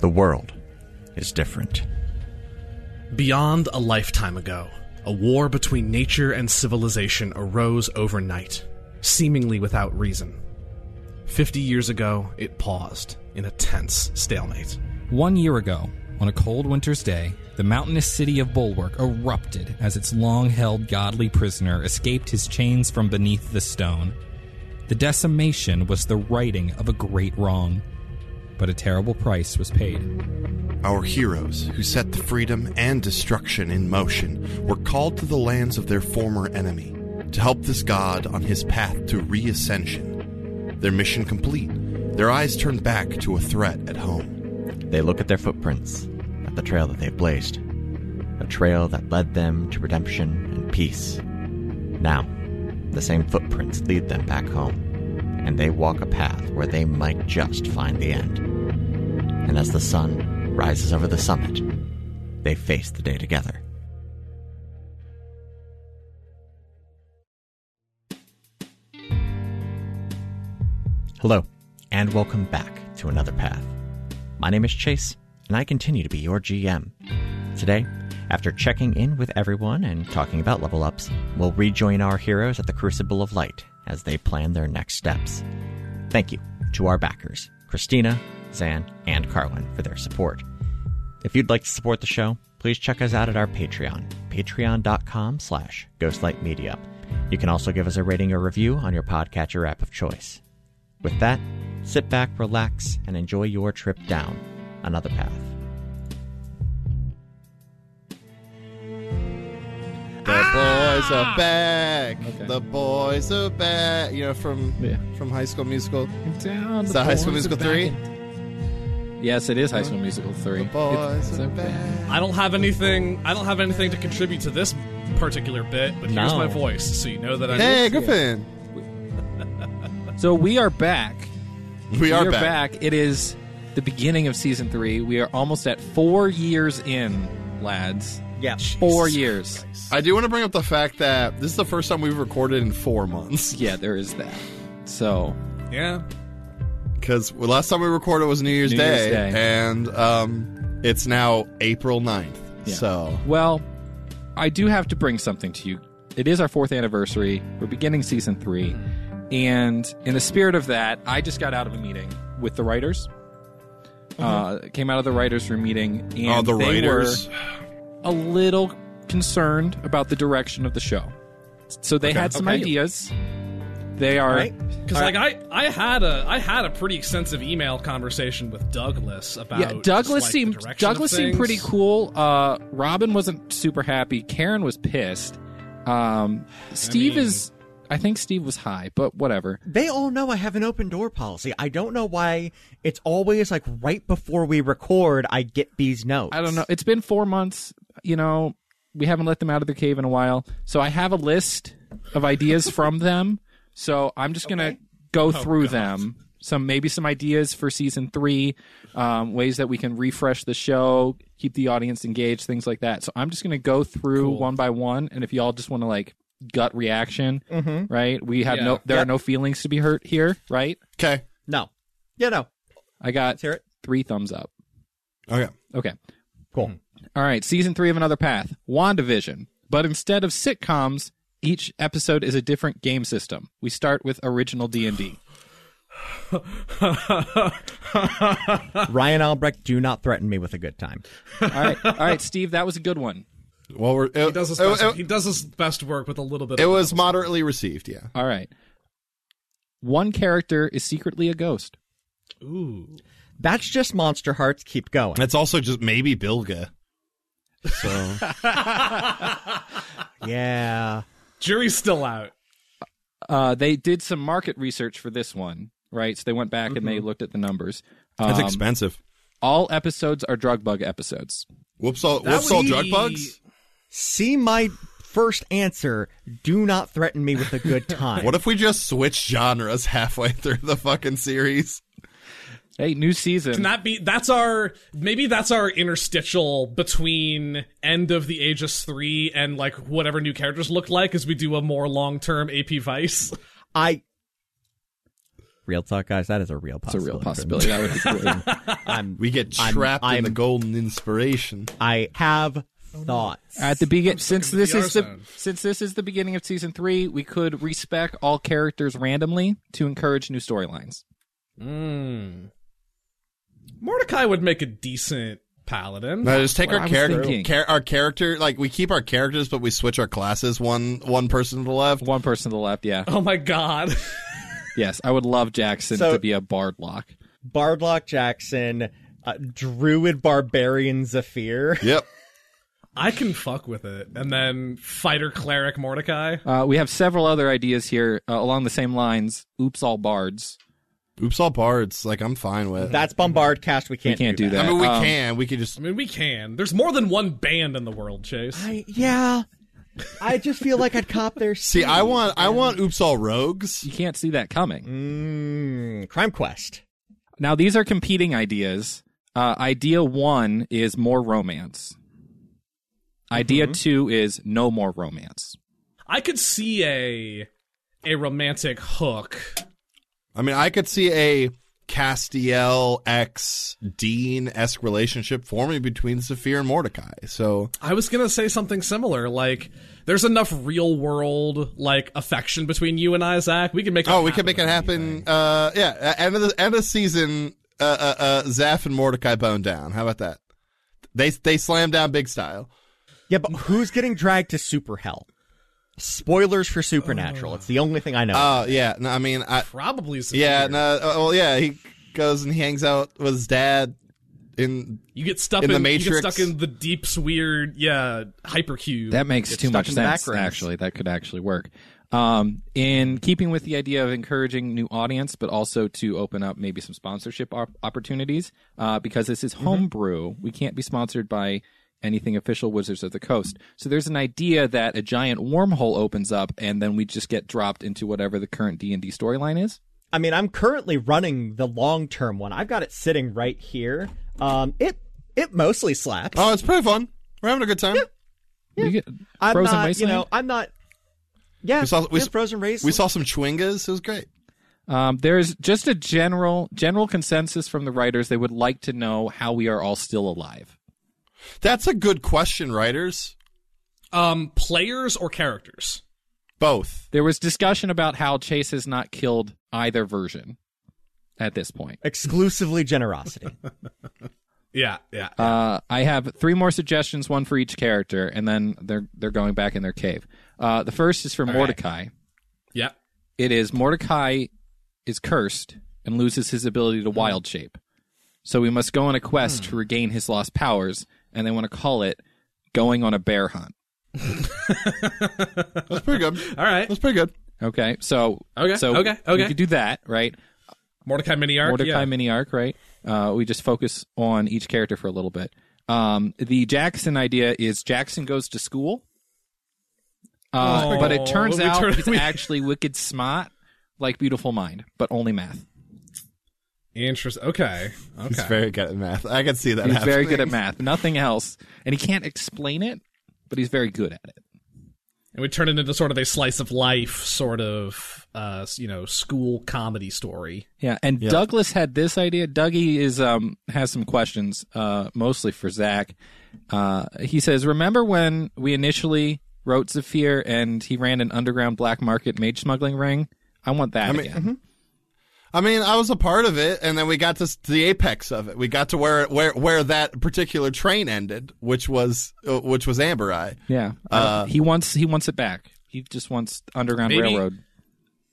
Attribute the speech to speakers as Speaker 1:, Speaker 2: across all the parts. Speaker 1: The world is different.
Speaker 2: Beyond a lifetime ago, a war between nature and civilization arose overnight, seemingly without reason. Fifty years ago, it paused in a tense stalemate.
Speaker 3: One year ago, on a cold winter's day, the mountainous city of Bulwark erupted as its long held godly prisoner escaped his chains from beneath the stone. The decimation was the righting of a great wrong, but a terrible price was paid.
Speaker 4: Our heroes, who set the freedom and destruction in motion, were called to the lands of their former enemy to help this god on his path to reascension. Their mission complete, their eyes turned back to a threat at home.
Speaker 1: They look at their footprints, at the trail that they've blazed, a trail that led them to redemption and peace. Now, the same footprints lead them back home, and they walk a path where they might just find the end. And as the sun rises over the summit, they face the day together. Hello, and welcome back to Another Path. My name is Chase, and I continue to be your GM. Today, after checking in with everyone and talking about level ups, we'll rejoin our heroes at the Crucible of Light as they plan their next steps. Thank you to our backers, Christina, Zan, and Carlin, for their support. If you'd like to support the show, please check us out at our Patreon, patreon.com slash ghostlightmedia. You can also give us a rating or review on your podcatcher app of choice. With that, sit back, relax, and enjoy your trip down another path.
Speaker 4: The
Speaker 5: Ah!
Speaker 4: boys are back. The boys are back. You know from
Speaker 5: Yeah.
Speaker 4: from High School Musical.
Speaker 5: Down
Speaker 4: Is that High School Musical three?
Speaker 5: Yes, it is High School Musical three.
Speaker 4: The boys
Speaker 5: It's
Speaker 4: are
Speaker 5: okay.
Speaker 4: back.
Speaker 2: I don't have anything. I don't have anything to contribute to this particular bit, but here's
Speaker 1: No.
Speaker 2: my voice, so you know that I'm.
Speaker 4: Hey, Griffin.
Speaker 5: So we are back.
Speaker 4: We are
Speaker 5: are
Speaker 4: back.
Speaker 5: It is the beginning of season three. We are almost at four years in, lads.
Speaker 1: Yeah.
Speaker 5: Four years.
Speaker 4: I do want to bring up the fact that this is the first time we've recorded in four months.
Speaker 5: Yeah, there is that. So
Speaker 2: Yeah,
Speaker 4: Because last time we recorded was New Year's,
Speaker 5: New
Speaker 4: Day,
Speaker 5: Year's Day.
Speaker 4: and um, it's now April 9th.
Speaker 5: Yeah.
Speaker 4: So
Speaker 5: Well, I do have to bring something to you. It is our fourth anniversary. We're beginning season three. And in the spirit of that, I just got out of a meeting with the writers. Uh, came out of the writers' room meeting. And
Speaker 4: all the
Speaker 5: they
Speaker 4: writers.
Speaker 5: were a little concerned about the direction of the show. So they had some
Speaker 2: Okay.
Speaker 5: ideas. They are.
Speaker 1: Right.
Speaker 2: because like I, I had a, I had a pretty extensive email conversation with Douglas about.
Speaker 5: Yeah,
Speaker 2: just, like,
Speaker 5: Douglas
Speaker 2: the
Speaker 5: seemed
Speaker 2: direction of
Speaker 5: Douglas seemed
Speaker 2: things.
Speaker 5: pretty cool. Uh, Robin wasn't super happy. Karen was pissed. Um, Steve
Speaker 2: mean-
Speaker 5: is. I think Steve was high, but whatever.
Speaker 1: They all know I have an open door policy. I don't know why it's always like right before we record, I get these notes.
Speaker 5: I don't know. It's been four months. You know, we haven't let them out of their cave in a while. So I have a list of ideas from them. So I'm just gonna go through them. Some maybe some ideas for season three, um, ways that we can refresh the show, keep the audience engaged, things like that. So I'm just gonna go through one by one, and if y'all just want to like gut reaction, right? We have
Speaker 2: Yeah.
Speaker 5: no, there are no feelings to be hurt here, right?
Speaker 4: Okay.
Speaker 1: No. Yeah, no.
Speaker 5: I got
Speaker 1: hear it.
Speaker 5: three thumbs up.
Speaker 4: Okay.
Speaker 5: Okay.
Speaker 1: Cool.
Speaker 5: All right, season three of Another Path, WandaVision. But instead of sitcoms, each episode is a different game system. We start with original D and D.
Speaker 1: Ryan Albrecht, do not threaten me with a good time.
Speaker 5: All right, all right, Steve, that was a good one.
Speaker 4: Well, we're, it,
Speaker 2: He does his
Speaker 4: it-
Speaker 2: best.
Speaker 4: it-
Speaker 2: he does his best work with a little bit.
Speaker 4: it
Speaker 2: of
Speaker 4: was moderately received, yeah.
Speaker 5: All right, one character is secretly a ghost.
Speaker 2: Ooh.
Speaker 1: That's just Monster Hearts. Keep going.
Speaker 4: That's also just maybe Bilga. So
Speaker 1: Yeah.
Speaker 2: Jury's still out.
Speaker 5: Uh, they did some market research for this one, right? So they went back and they looked at the numbers.
Speaker 4: that's
Speaker 5: Um,
Speaker 4: expensive.
Speaker 5: all episodes are drug bug episodes.
Speaker 4: Whoops all
Speaker 2: That
Speaker 4: whoops all
Speaker 2: would
Speaker 4: drug
Speaker 2: be-
Speaker 4: bugs?
Speaker 1: See my first answer. Do not threaten me with a good time.
Speaker 4: What if we just switch genres halfway through the fucking series?
Speaker 5: Hey, new season.
Speaker 2: Can that be? That's our maybe that's our interstitial between end of the Aegis three and like whatever new characters look like as we do a more long term AP Vice.
Speaker 1: I Real talk, guys. That is a real
Speaker 2: It's a
Speaker 1: possibility.
Speaker 2: real possibility. That would be great.
Speaker 1: I'm,
Speaker 6: We get
Speaker 1: I'm-
Speaker 6: trapped in the
Speaker 1: I'm-
Speaker 6: golden inspiration.
Speaker 1: I have thoughts.
Speaker 5: At the begin, since
Speaker 7: in the
Speaker 5: this
Speaker 7: VR
Speaker 5: is the
Speaker 7: zone.
Speaker 5: since this is the beginning of season three, we could respec all characters randomly to encourage new storylines.
Speaker 7: Mm. Mordecai would make a decent paladin.
Speaker 6: No, just take
Speaker 5: Well, I
Speaker 6: our
Speaker 5: was
Speaker 6: character,
Speaker 5: thinking-
Speaker 6: char- our character. Like we keep our characters, but we switch our classes. One one person to the left.
Speaker 5: One person to the left, yeah,
Speaker 7: Oh my god.
Speaker 5: yes, I would love Jackson
Speaker 1: So-
Speaker 5: to be a bardlock.
Speaker 1: Bardlock Jackson, uh, Druid Barbarian Zephyr.
Speaker 6: Yep.
Speaker 7: I can fuck with it. And then fighter cleric Mordecai.
Speaker 5: Uh, we have several other ideas here uh, along the same lines. Oops, all bards.
Speaker 6: Oops, all bards. Like I'm fine with.
Speaker 1: That's Bombard Cast. We can't,
Speaker 5: can't do
Speaker 6: I mean, we
Speaker 5: Um,
Speaker 6: can. We can just.
Speaker 7: I mean, we can. There's more than one band in the world, Chase.
Speaker 1: I, yeah. I just feel like I'd cop their
Speaker 6: See, I want. I want. Oops, all rogues.
Speaker 5: You can't see that coming.
Speaker 1: Mm, Crime Quest.
Speaker 5: Now, these are competing ideas. Uh, idea one is more romance.
Speaker 1: Mm-hmm.
Speaker 5: Idea two is no more romance.
Speaker 7: I could see a a romantic hook.
Speaker 6: I mean, I could see a Castiel X Dean esque relationship forming between Zephyr and Mordecai. So
Speaker 7: I was gonna say something similar, like there's enough real world like affection between you and I, Zach. We can make.
Speaker 6: Oh, we can make it happen. Uh, yeah, end of the end of the season. Uh, uh, uh, Zaf and Mordecai bone down. How about that? They they slam down big style.
Speaker 1: Yeah, but who's getting dragged to Super Hell? Spoilers for Supernatural. it's the only thing I know.
Speaker 6: Oh yeah. No, I mean, I
Speaker 7: Probably. Zephyr.
Speaker 6: yeah. No. uh, Well, yeah. He goes and he hangs out with his dad. In
Speaker 7: You get stuck
Speaker 6: In
Speaker 7: in,
Speaker 6: the
Speaker 7: You
Speaker 6: Matrix.
Speaker 7: get stuck in the deep's weird, yeah, hypercube.
Speaker 5: That makes too
Speaker 1: stuck
Speaker 5: much
Speaker 1: in the
Speaker 5: sense,
Speaker 1: background.
Speaker 5: actually. That could actually work. Um, in keeping with the idea of encouraging new audience, but also to open up maybe some sponsorship op- opportunities, uh, because this
Speaker 1: Mm-hmm.
Speaker 5: is homebrew, we can't be sponsored by anything official Wizards of the Coast. So there's an idea that a giant wormhole opens up, and then we just get dropped into whatever the current D and D storyline is.
Speaker 1: I mean, I'm currently running the long term one. I've got it sitting right here. Um, it it mostly slaps.
Speaker 6: oh, it's pretty fun. We're having a good time.
Speaker 5: You get
Speaker 1: I'm
Speaker 5: frozen
Speaker 1: not,
Speaker 5: wasteland.
Speaker 1: you know, I'm not. Yeah,
Speaker 6: We saw- we
Speaker 1: yeah,
Speaker 6: s-
Speaker 1: frozen
Speaker 6: We
Speaker 1: race.
Speaker 6: saw some chwingas. It was great.
Speaker 5: Um, there's just a general general consensus from the writers. They would like to know how we are all still alive.
Speaker 6: That's a good question, writers.
Speaker 7: um, players or characters.
Speaker 6: Both.
Speaker 5: There was discussion about how Chase has not killed either version at this point.
Speaker 1: Exclusively generosity.
Speaker 7: Yeah, yeah.
Speaker 5: Uh, I have three more suggestions, one for each character, and then they're they're going back in their cave. Uh, the first is for Mordecai.
Speaker 7: Yeah.
Speaker 5: It is Mordecai is cursed and loses his ability to wild shape. So we must go on a quest to regain his lost powers, and they want to call it going on a bear hunt.
Speaker 6: That's pretty good.
Speaker 7: All right.
Speaker 6: That's pretty good.
Speaker 5: Okay, so
Speaker 7: Okay,
Speaker 5: so
Speaker 7: okay,
Speaker 5: we
Speaker 7: okay.
Speaker 5: could do that, right?
Speaker 7: Mordecai mini arc.
Speaker 5: Mordecai
Speaker 7: yeah.
Speaker 5: mini arc, right? Uh, we just focus on each character for a little bit. Um, the Jackson idea is Jackson goes to school, uh,
Speaker 7: Oh,
Speaker 5: but it turns
Speaker 7: we
Speaker 5: out
Speaker 7: turn-
Speaker 5: he's
Speaker 7: we-
Speaker 5: actually wicked smart, like Beautiful Mind, but only math.
Speaker 7: Interest. Okay. Okay.
Speaker 6: He's very good at math. I can see that.
Speaker 5: He's very
Speaker 6: happening.
Speaker 5: good at math, nothing else, and he can't explain it, but he's very good at it.
Speaker 7: and we turn it into sort of a slice of life sort of uh s- you know school comedy story
Speaker 5: Yeah, and Douglas had this idea. Dougie is um has some questions, uh, mostly for Zach. Uh, he says, "Remember when we initially wrote Zephyr and he ran an underground black market mage smuggling ring? I want that
Speaker 6: mean,
Speaker 5: again.
Speaker 6: I mean, I was a part of it, and then we got to s- the apex of it. We got to where where where that particular train ended, which was uh, which was Amber Eye.
Speaker 5: Yeah, uh, he wants he wants it back. He just wants underground
Speaker 7: Maybe-
Speaker 5: railroad.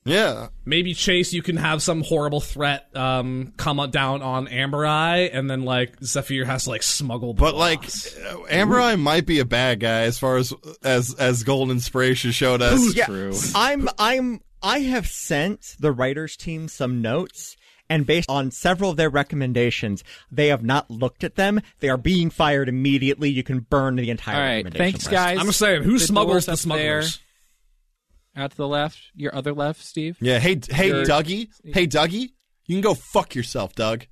Speaker 6: Yeah,
Speaker 7: maybe chase you can have some horrible threat um come on- down on amber eye and then like zephyr has to like smuggle the
Speaker 6: but like
Speaker 7: boss.
Speaker 6: uh, Amber Eye might be a bad guy as far as as as Golden Inspiration showed us.
Speaker 1: yeah, I'm I'm I have sent the writers team some notes and based on several of their recommendations, they have not looked at them. They are being fired immediately. You can burn the entire
Speaker 5: All right,
Speaker 1: recommendation
Speaker 5: thanks,
Speaker 1: list.
Speaker 5: guys.
Speaker 7: i'm just saying who
Speaker 5: The
Speaker 7: smuggles
Speaker 5: door's
Speaker 7: the
Speaker 5: up there,
Speaker 7: smugglers
Speaker 5: Out to the left, your other left, Steve.
Speaker 6: Yeah. Hey, d- hey,
Speaker 5: You're-
Speaker 6: Dougie. Hey, Dougie. You can go fuck yourself, Doug.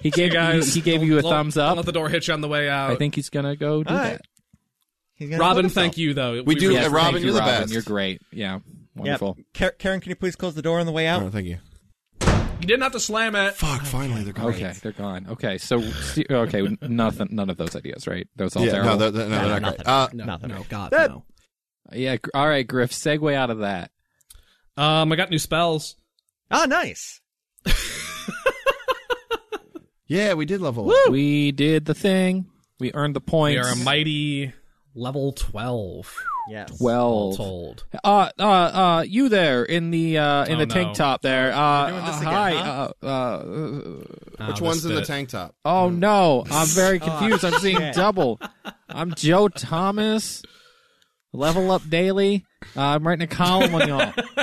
Speaker 5: He gave
Speaker 7: guys
Speaker 5: he, he gave you a
Speaker 7: don't-
Speaker 5: thumbs
Speaker 7: don't
Speaker 5: up.
Speaker 7: let the door hit you on the way out
Speaker 5: I think he's gonna go do
Speaker 1: All right.
Speaker 5: that.
Speaker 1: He's gonna
Speaker 7: robin
Speaker 1: kill himself.
Speaker 7: thank you though
Speaker 6: do-
Speaker 7: really-
Speaker 6: Yeah,
Speaker 5: Yes,
Speaker 6: Robin,
Speaker 5: thank you,
Speaker 6: you're the
Speaker 5: Robin.
Speaker 6: best.
Speaker 5: You're great. Yeah. Wonderful.
Speaker 1: Car- Karen, can you please close the door on the way out?
Speaker 6: Oh, thank you.
Speaker 7: You didn't have to slam it.
Speaker 6: Fuck, finally they're gone.
Speaker 5: Okay, they're gone. Okay, so se- okay, nothing, none of those ideas, right? Those all
Speaker 6: Yeah,
Speaker 5: terrible.
Speaker 6: no, they're, they're- no, they're not
Speaker 1: nothing.
Speaker 6: great. Uh,
Speaker 7: No,
Speaker 1: Nothing.
Speaker 7: no, God,
Speaker 6: That-
Speaker 7: no.
Speaker 5: yeah. gr- All right, Griff. Segue out of that.
Speaker 7: Um, I got new spells.
Speaker 1: Oh, nice.
Speaker 6: yeah, we did level up.
Speaker 5: We did the thing. We earned the
Speaker 7: We
Speaker 5: points.
Speaker 7: are a mighty level twelve.
Speaker 1: Yes.
Speaker 7: all
Speaker 5: Twelve.
Speaker 7: told.
Speaker 5: Uh, uh, uh, you there in the uh, in
Speaker 7: Oh,
Speaker 5: the
Speaker 7: no.
Speaker 5: tank top there? Uh,
Speaker 1: doing this
Speaker 5: uh,
Speaker 1: again,
Speaker 5: hi.
Speaker 1: huh?
Speaker 5: Uh, uh,
Speaker 6: Which one's in the tank top?
Speaker 5: oh no, I'm very
Speaker 7: Oh,
Speaker 5: confused. I'm seeing double. I'm Joe Thomas. Level up daily. Uh, I'm writing a column on y'all.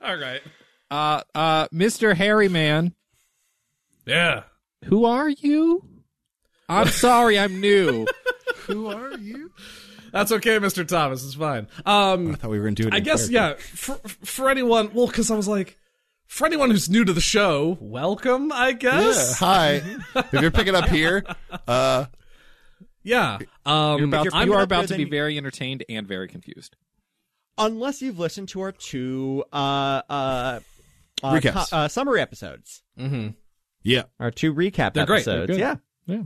Speaker 7: All right.
Speaker 5: Uh, uh, Mr. Harry Man,
Speaker 7: Yeah.
Speaker 5: who are you? I'm sorry, I'm new.
Speaker 6: Who are you?
Speaker 7: That's okay, Mr. Thomas. It's fine. Um,
Speaker 6: I thought we were going to do it.
Speaker 7: I
Speaker 6: in
Speaker 7: guess
Speaker 6: character.
Speaker 7: yeah. For, for anyone, well, because I was like, for anyone who's new to the show, welcome. I
Speaker 6: Yeah,
Speaker 7: guess.
Speaker 6: hi. if you're picking up here, uh,
Speaker 7: Yeah. Um,
Speaker 5: You're about,
Speaker 1: you're
Speaker 5: you
Speaker 1: up
Speaker 5: are
Speaker 1: there,
Speaker 5: about to
Speaker 1: then
Speaker 5: be
Speaker 1: you-
Speaker 5: very entertained and very confused.
Speaker 1: Unless you've listened to our two uh, uh, uh,
Speaker 6: Recaps.
Speaker 1: co- uh, summary episodes,
Speaker 6: yeah,
Speaker 1: our two recap
Speaker 7: They're great.
Speaker 1: episodes.
Speaker 7: They're
Speaker 5: good.
Speaker 1: Yeah.
Speaker 5: Yeah.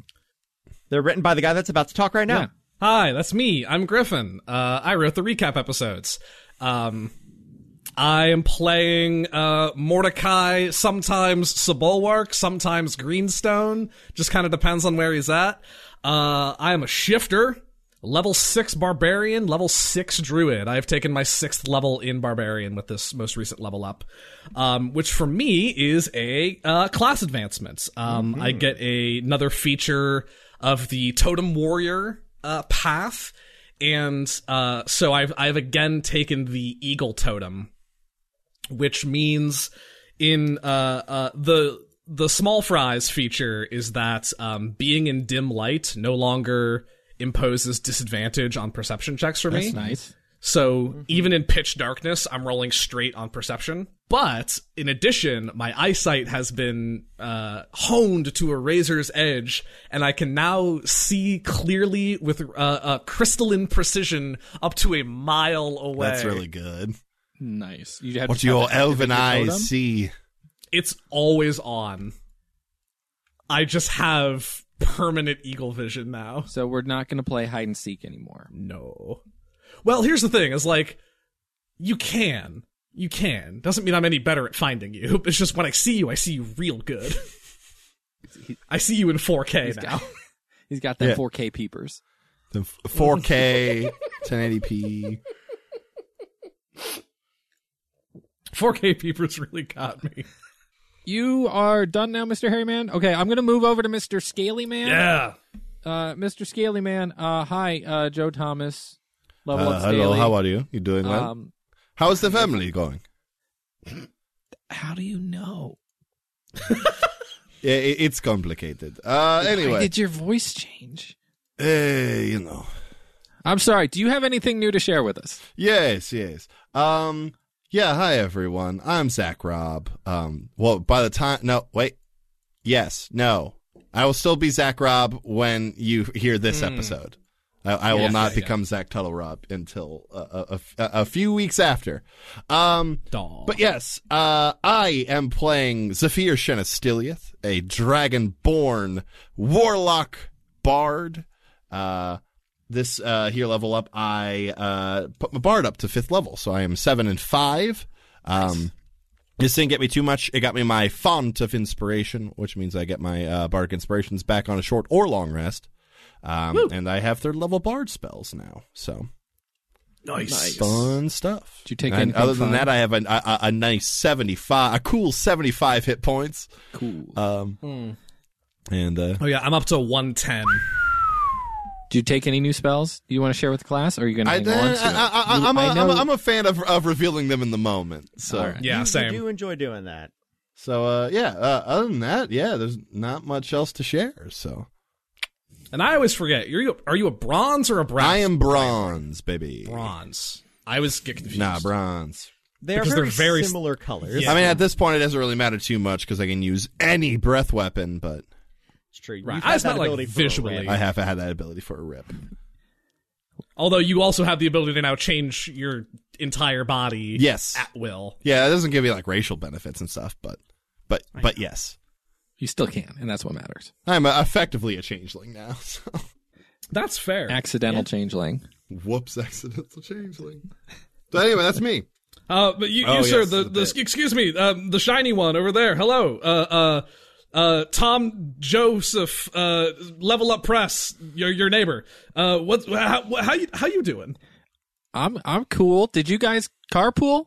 Speaker 1: They're written by the guy that's about to talk right now.
Speaker 5: Yeah.
Speaker 7: Hi, that's me. I'm Griffin. Uh, I wrote the recap episodes. Um, I am playing uh, Mordecai, sometimes Sebulwark, sometimes Greenstone. Just kind of depends on where he's at. Uh, I am a shifter, level six barbarian, level six druid. I have taken my sixth level in barbarian with this most recent level up, um, which for me is a uh, class advancement. Um, I get a, another feature of the totem warrior uh, path. And uh, so I've I've again taken the eagle totem, which means in uh, uh, the the small fries feature is that um, being in dim light no longer imposes disadvantage on perception checks for me.
Speaker 5: Nice.
Speaker 7: So
Speaker 6: Mm-hmm.
Speaker 7: even in pitch darkness, I'm rolling straight on perception. But in addition, my eyesight has been uh, honed to a razor's edge, and I can now see clearly with uh, uh, crystalline precision up to a mile away.
Speaker 6: that's really good.
Speaker 5: Nice. You had
Speaker 6: What
Speaker 5: you
Speaker 6: your elven eyes see?
Speaker 7: It's always on. I just have permanent eagle vision now.
Speaker 5: So we're not going to play hide and seek anymore.
Speaker 7: No. Well, here's the thing: is like, you can, you can. Doesn't mean I'm any better at finding you. It's just when I see you, I see you real good. I see you in 4K now.
Speaker 5: got- He's got that
Speaker 6: Yeah.
Speaker 5: 4K peepers.
Speaker 6: The f- 4K, 1080p.
Speaker 7: 4K peepers really got me.
Speaker 5: You are done now, Mr. Harry Man. Okay, I'm going to move over to Mr. Scaly Man.
Speaker 7: Yeah.
Speaker 5: Uh, Mr. Scaly Man. Uh, hi, uh, Joe Thomas. Level
Speaker 6: Uh,
Speaker 5: up
Speaker 6: hello,
Speaker 5: Scaly.
Speaker 6: how are you? You doing well?
Speaker 5: Um,
Speaker 6: How's the family going?
Speaker 5: how do you know?
Speaker 6: Yeah, it, it's complicated. Uh,
Speaker 5: Why
Speaker 6: anyway,
Speaker 5: did your voice change?
Speaker 6: uh, you know.
Speaker 5: I'm sorry. Do you have anything new to share with us?
Speaker 6: Yes, yes. Um, yeah. Hi, everyone. I'm Zach Robb. Um, well, by the time, no, wait. Yes, no. I will still be Zach Robb when you hear this
Speaker 5: Hmm.
Speaker 6: episode. I, I will
Speaker 7: Yeah,
Speaker 6: not
Speaker 7: yeah, yeah.
Speaker 6: become Zach Tuttle Robb until uh, a, a, a few weeks after. Um,
Speaker 7: Daw.
Speaker 6: but yes, uh, I am playing Zephyr Shenastiliath, a dragon-born warlock bard. Uh, this uh, here level up, I uh, put my bard up to fifth level, so I am seven and five. Um, This didn't get me too much. It got me my font of inspiration, which means I get my uh, bardic inspirations back on a short or long rest. Um, and I have third level bard spells now, so
Speaker 7: nice.
Speaker 6: fun stuff.
Speaker 5: Did you take
Speaker 6: and
Speaker 5: anything
Speaker 6: other than
Speaker 5: fun?
Speaker 6: that, I have an- a, a, a nice seventy-five, a cool seventy-five hit points.
Speaker 5: Cool.
Speaker 6: Um, and uh,
Speaker 7: Oh yeah, I'm up to 110.
Speaker 5: Do you take any new spells? Do you want to share with the class? Or are you going to
Speaker 6: I,
Speaker 5: hang on to it?
Speaker 6: I, I, I, I'm, a,
Speaker 5: I
Speaker 6: I'm, a,
Speaker 5: know-
Speaker 6: I'm a fan of, of revealing them in the moment. So,
Speaker 5: All right.
Speaker 7: Yeah,
Speaker 1: You- You
Speaker 7: same.
Speaker 1: do enjoy doing that.
Speaker 6: so uh, yeah. Uh, other than that, yeah, there's not much else to share. So
Speaker 7: And I always forget. Are you are you a bronze or a brass?
Speaker 6: I am bronze, baby.
Speaker 7: bronze. I was get confused.
Speaker 6: Nah, bronze.
Speaker 1: They are
Speaker 7: Because they're
Speaker 1: very,
Speaker 7: very-
Speaker 1: similar colors.
Speaker 6: I mean, at this point, it doesn't really matter too much because I can use any breath weapon, but
Speaker 1: It's true.
Speaker 7: Right.
Speaker 1: You've
Speaker 7: I
Speaker 1: had
Speaker 7: just
Speaker 1: that
Speaker 7: meant, like,
Speaker 1: ability for a
Speaker 7: visually.
Speaker 1: rep.
Speaker 6: I have had that ability for a rip.
Speaker 7: Although you also have the ability to now change your entire body
Speaker 6: Yes.
Speaker 7: at will.
Speaker 6: Yeah, it doesn't give you like racial benefits and stuff, but but but yes,
Speaker 5: You still can, and that's what matters.
Speaker 6: I'm uh, effectively a changeling now. So.
Speaker 7: That's fair.
Speaker 5: Accidental changeling.
Speaker 6: Whoops, accidental changeling. So anyway, that's me.
Speaker 7: Uh, but you, you
Speaker 6: Oh,
Speaker 7: sir,
Speaker 6: yes,
Speaker 7: the,
Speaker 6: the
Speaker 7: the,
Speaker 6: bit.
Speaker 7: excuse me, um, the shiny one over there. Hello, uh, uh, uh, Tom Joseph, uh, Level Up Press, your your neighbor. Uh, what? How, how you how you doing?
Speaker 5: I'm I'm cool. Did you guys carpool?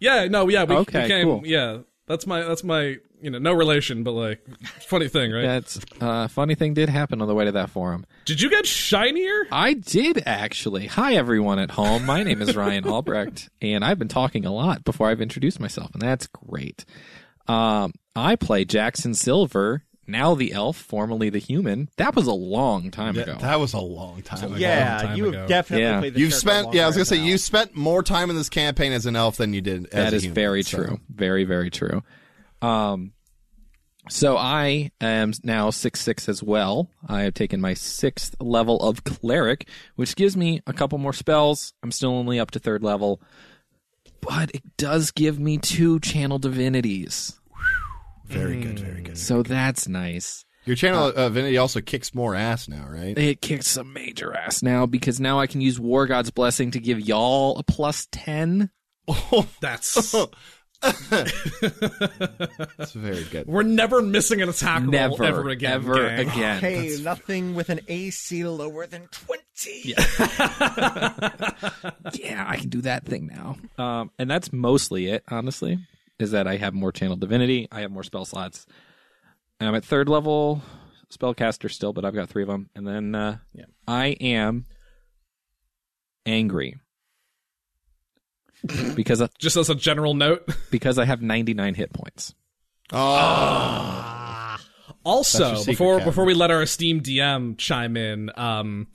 Speaker 7: Yeah, no, yeah, we,
Speaker 5: Okay,
Speaker 7: we came.
Speaker 5: cool.
Speaker 7: Yeah, that's my that's my you know no relation, but like funny thing, right?
Speaker 5: That's uh, funny thing did happen on the way to that forum.
Speaker 7: Did you get shinier?
Speaker 5: I did actually. Hi everyone at home. My name is Ryan Albrecht, and I've been talking a lot before I've introduced myself, and that's great. Um, I play Jackson Silver, now the elf, formerly the human. That was a long time ago.
Speaker 6: That was a long time ago.
Speaker 8: time
Speaker 1: Yeah, you
Speaker 8: ago.
Speaker 1: have definitely
Speaker 5: Yeah.
Speaker 1: played the
Speaker 6: You've
Speaker 1: character
Speaker 6: spent. Yeah, I was gonna
Speaker 1: longer
Speaker 6: say
Speaker 1: now.
Speaker 6: you spent more time in this campaign as an elf than you did. as
Speaker 5: That
Speaker 6: a
Speaker 5: is
Speaker 6: human,
Speaker 5: very
Speaker 6: so.
Speaker 5: true. Very, very true. Um, so I am now six six as well. I have taken my sixth level of cleric, which gives me a couple more spells. I'm still only up to third level, but it does give me two channel divinities.
Speaker 6: Very good. Very good.
Speaker 5: So that's nice.
Speaker 6: Your channel of divinity also kicks more ass now, right?
Speaker 5: It kicks some major ass now because now I can use War God's blessing to give y'all a plus ten.
Speaker 7: That's
Speaker 6: That's very good.
Speaker 7: we're never missing an attack roll
Speaker 5: Never
Speaker 7: ever again.
Speaker 5: ever
Speaker 7: gang.
Speaker 5: again.
Speaker 1: Hey, nothing with an AC lower than 20.
Speaker 5: yeah, I can do that thing now. Um, and that's mostly it, honestly, is that I have more channel divinity, I have more spell slots, and I'm at third level spellcaster still, but I've got three of them. And then uh, I am angry because I,
Speaker 7: Just as a general note.
Speaker 5: because I have 99 hit points.
Speaker 6: your
Speaker 7: Also,
Speaker 6: secret
Speaker 7: before
Speaker 6: cabinet.
Speaker 7: before we let our esteemed DM chime in, um,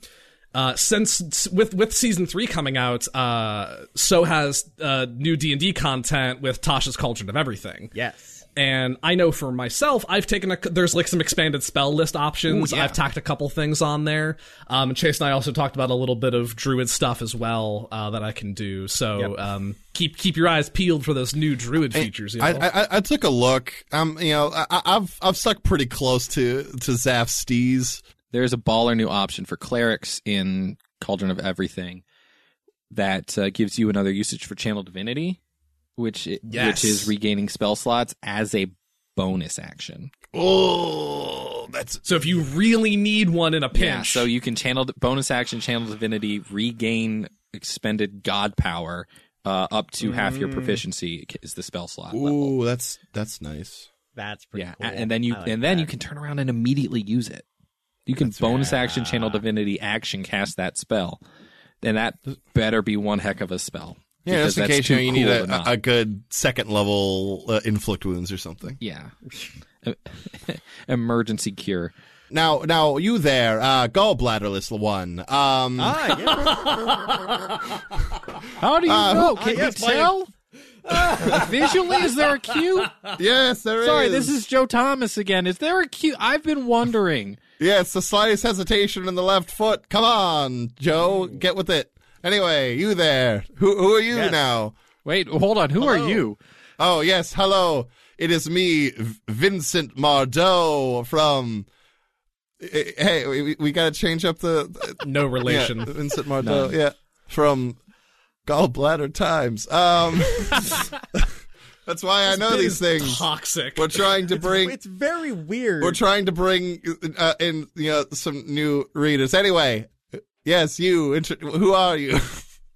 Speaker 7: uh, since s- with with season three coming out, uh, so has uh, new D and D content with Tasha's Cauldron of Everything.
Speaker 1: Yes.
Speaker 7: And I know for myself, I've taken a c- there's like some expanded spell list options. I've tacked a couple things on there. Um, Chase and I also talked about a little bit of druid stuff as well uh, that I can do. So um, keep keep your eyes peeled for those new druid features. You know?
Speaker 6: I, I, I- I took a look. Um, you know, I, I- I've I've stuck pretty close to to Zaf's steez.
Speaker 5: There's a baller new option for clerics in Cauldron of Everything that uh, gives you another usage for channel divinity, which i-
Speaker 7: Yes.
Speaker 5: which is regaining spell slots as a bonus action.
Speaker 6: Oh, that's
Speaker 7: so if you really need one in a pinch,
Speaker 5: Yeah, so you can channel bonus action, channel divinity, regain expended god power uh, up to half
Speaker 7: Mm.
Speaker 5: your proficiency is the spell slot level.
Speaker 6: ooh, that's that's nice.
Speaker 1: That's pretty
Speaker 5: Yeah, a-
Speaker 1: cool.
Speaker 5: and then you
Speaker 1: I like
Speaker 5: and then
Speaker 1: that.
Speaker 5: you can turn around and immediately use it. You can bonus action, channel divinity, action cast that spell, and that better be one heck of a spell.
Speaker 6: Yeah,
Speaker 5: because
Speaker 6: just in
Speaker 5: that's
Speaker 6: case
Speaker 5: too
Speaker 6: you, know, you need
Speaker 5: cool to
Speaker 6: a,
Speaker 5: not.
Speaker 6: a good second level uh, inflict wounds or something.
Speaker 5: yeah emergency cure.
Speaker 6: Now, now you there, uh, gallbladderless one. Um,
Speaker 1: Ah, yeah.
Speaker 5: How do you know? Uh, oh, Can
Speaker 1: yes,
Speaker 5: you
Speaker 1: why-
Speaker 5: tell? Visually, is there a cue?
Speaker 6: yes, there
Speaker 5: Sorry, this is Joe Thomas again. Is there a cue? I've been wondering.
Speaker 6: Yeah, it's the slightest hesitation in the left foot. Come on, Joe, get with it. Anyway, you there? Who who are you
Speaker 1: Yes.
Speaker 6: now?
Speaker 5: Wait, hold on. Who are you?
Speaker 6: Oh yes, hello. It is me, V- Vincent Mardeau from. Eh, Hey, we, we got to change up the
Speaker 7: no
Speaker 6: yeah,
Speaker 7: relation.
Speaker 6: Vincent Mardeau. Yeah, from Gallbladder Times. Um, that's why I know
Speaker 7: It
Speaker 6: these
Speaker 7: is
Speaker 6: things.
Speaker 7: Toxic.
Speaker 6: We're trying to bring
Speaker 1: It's very weird.
Speaker 6: we're trying to bring uh, in you know some new readers. Anyway, yes, you. Intro- who are you?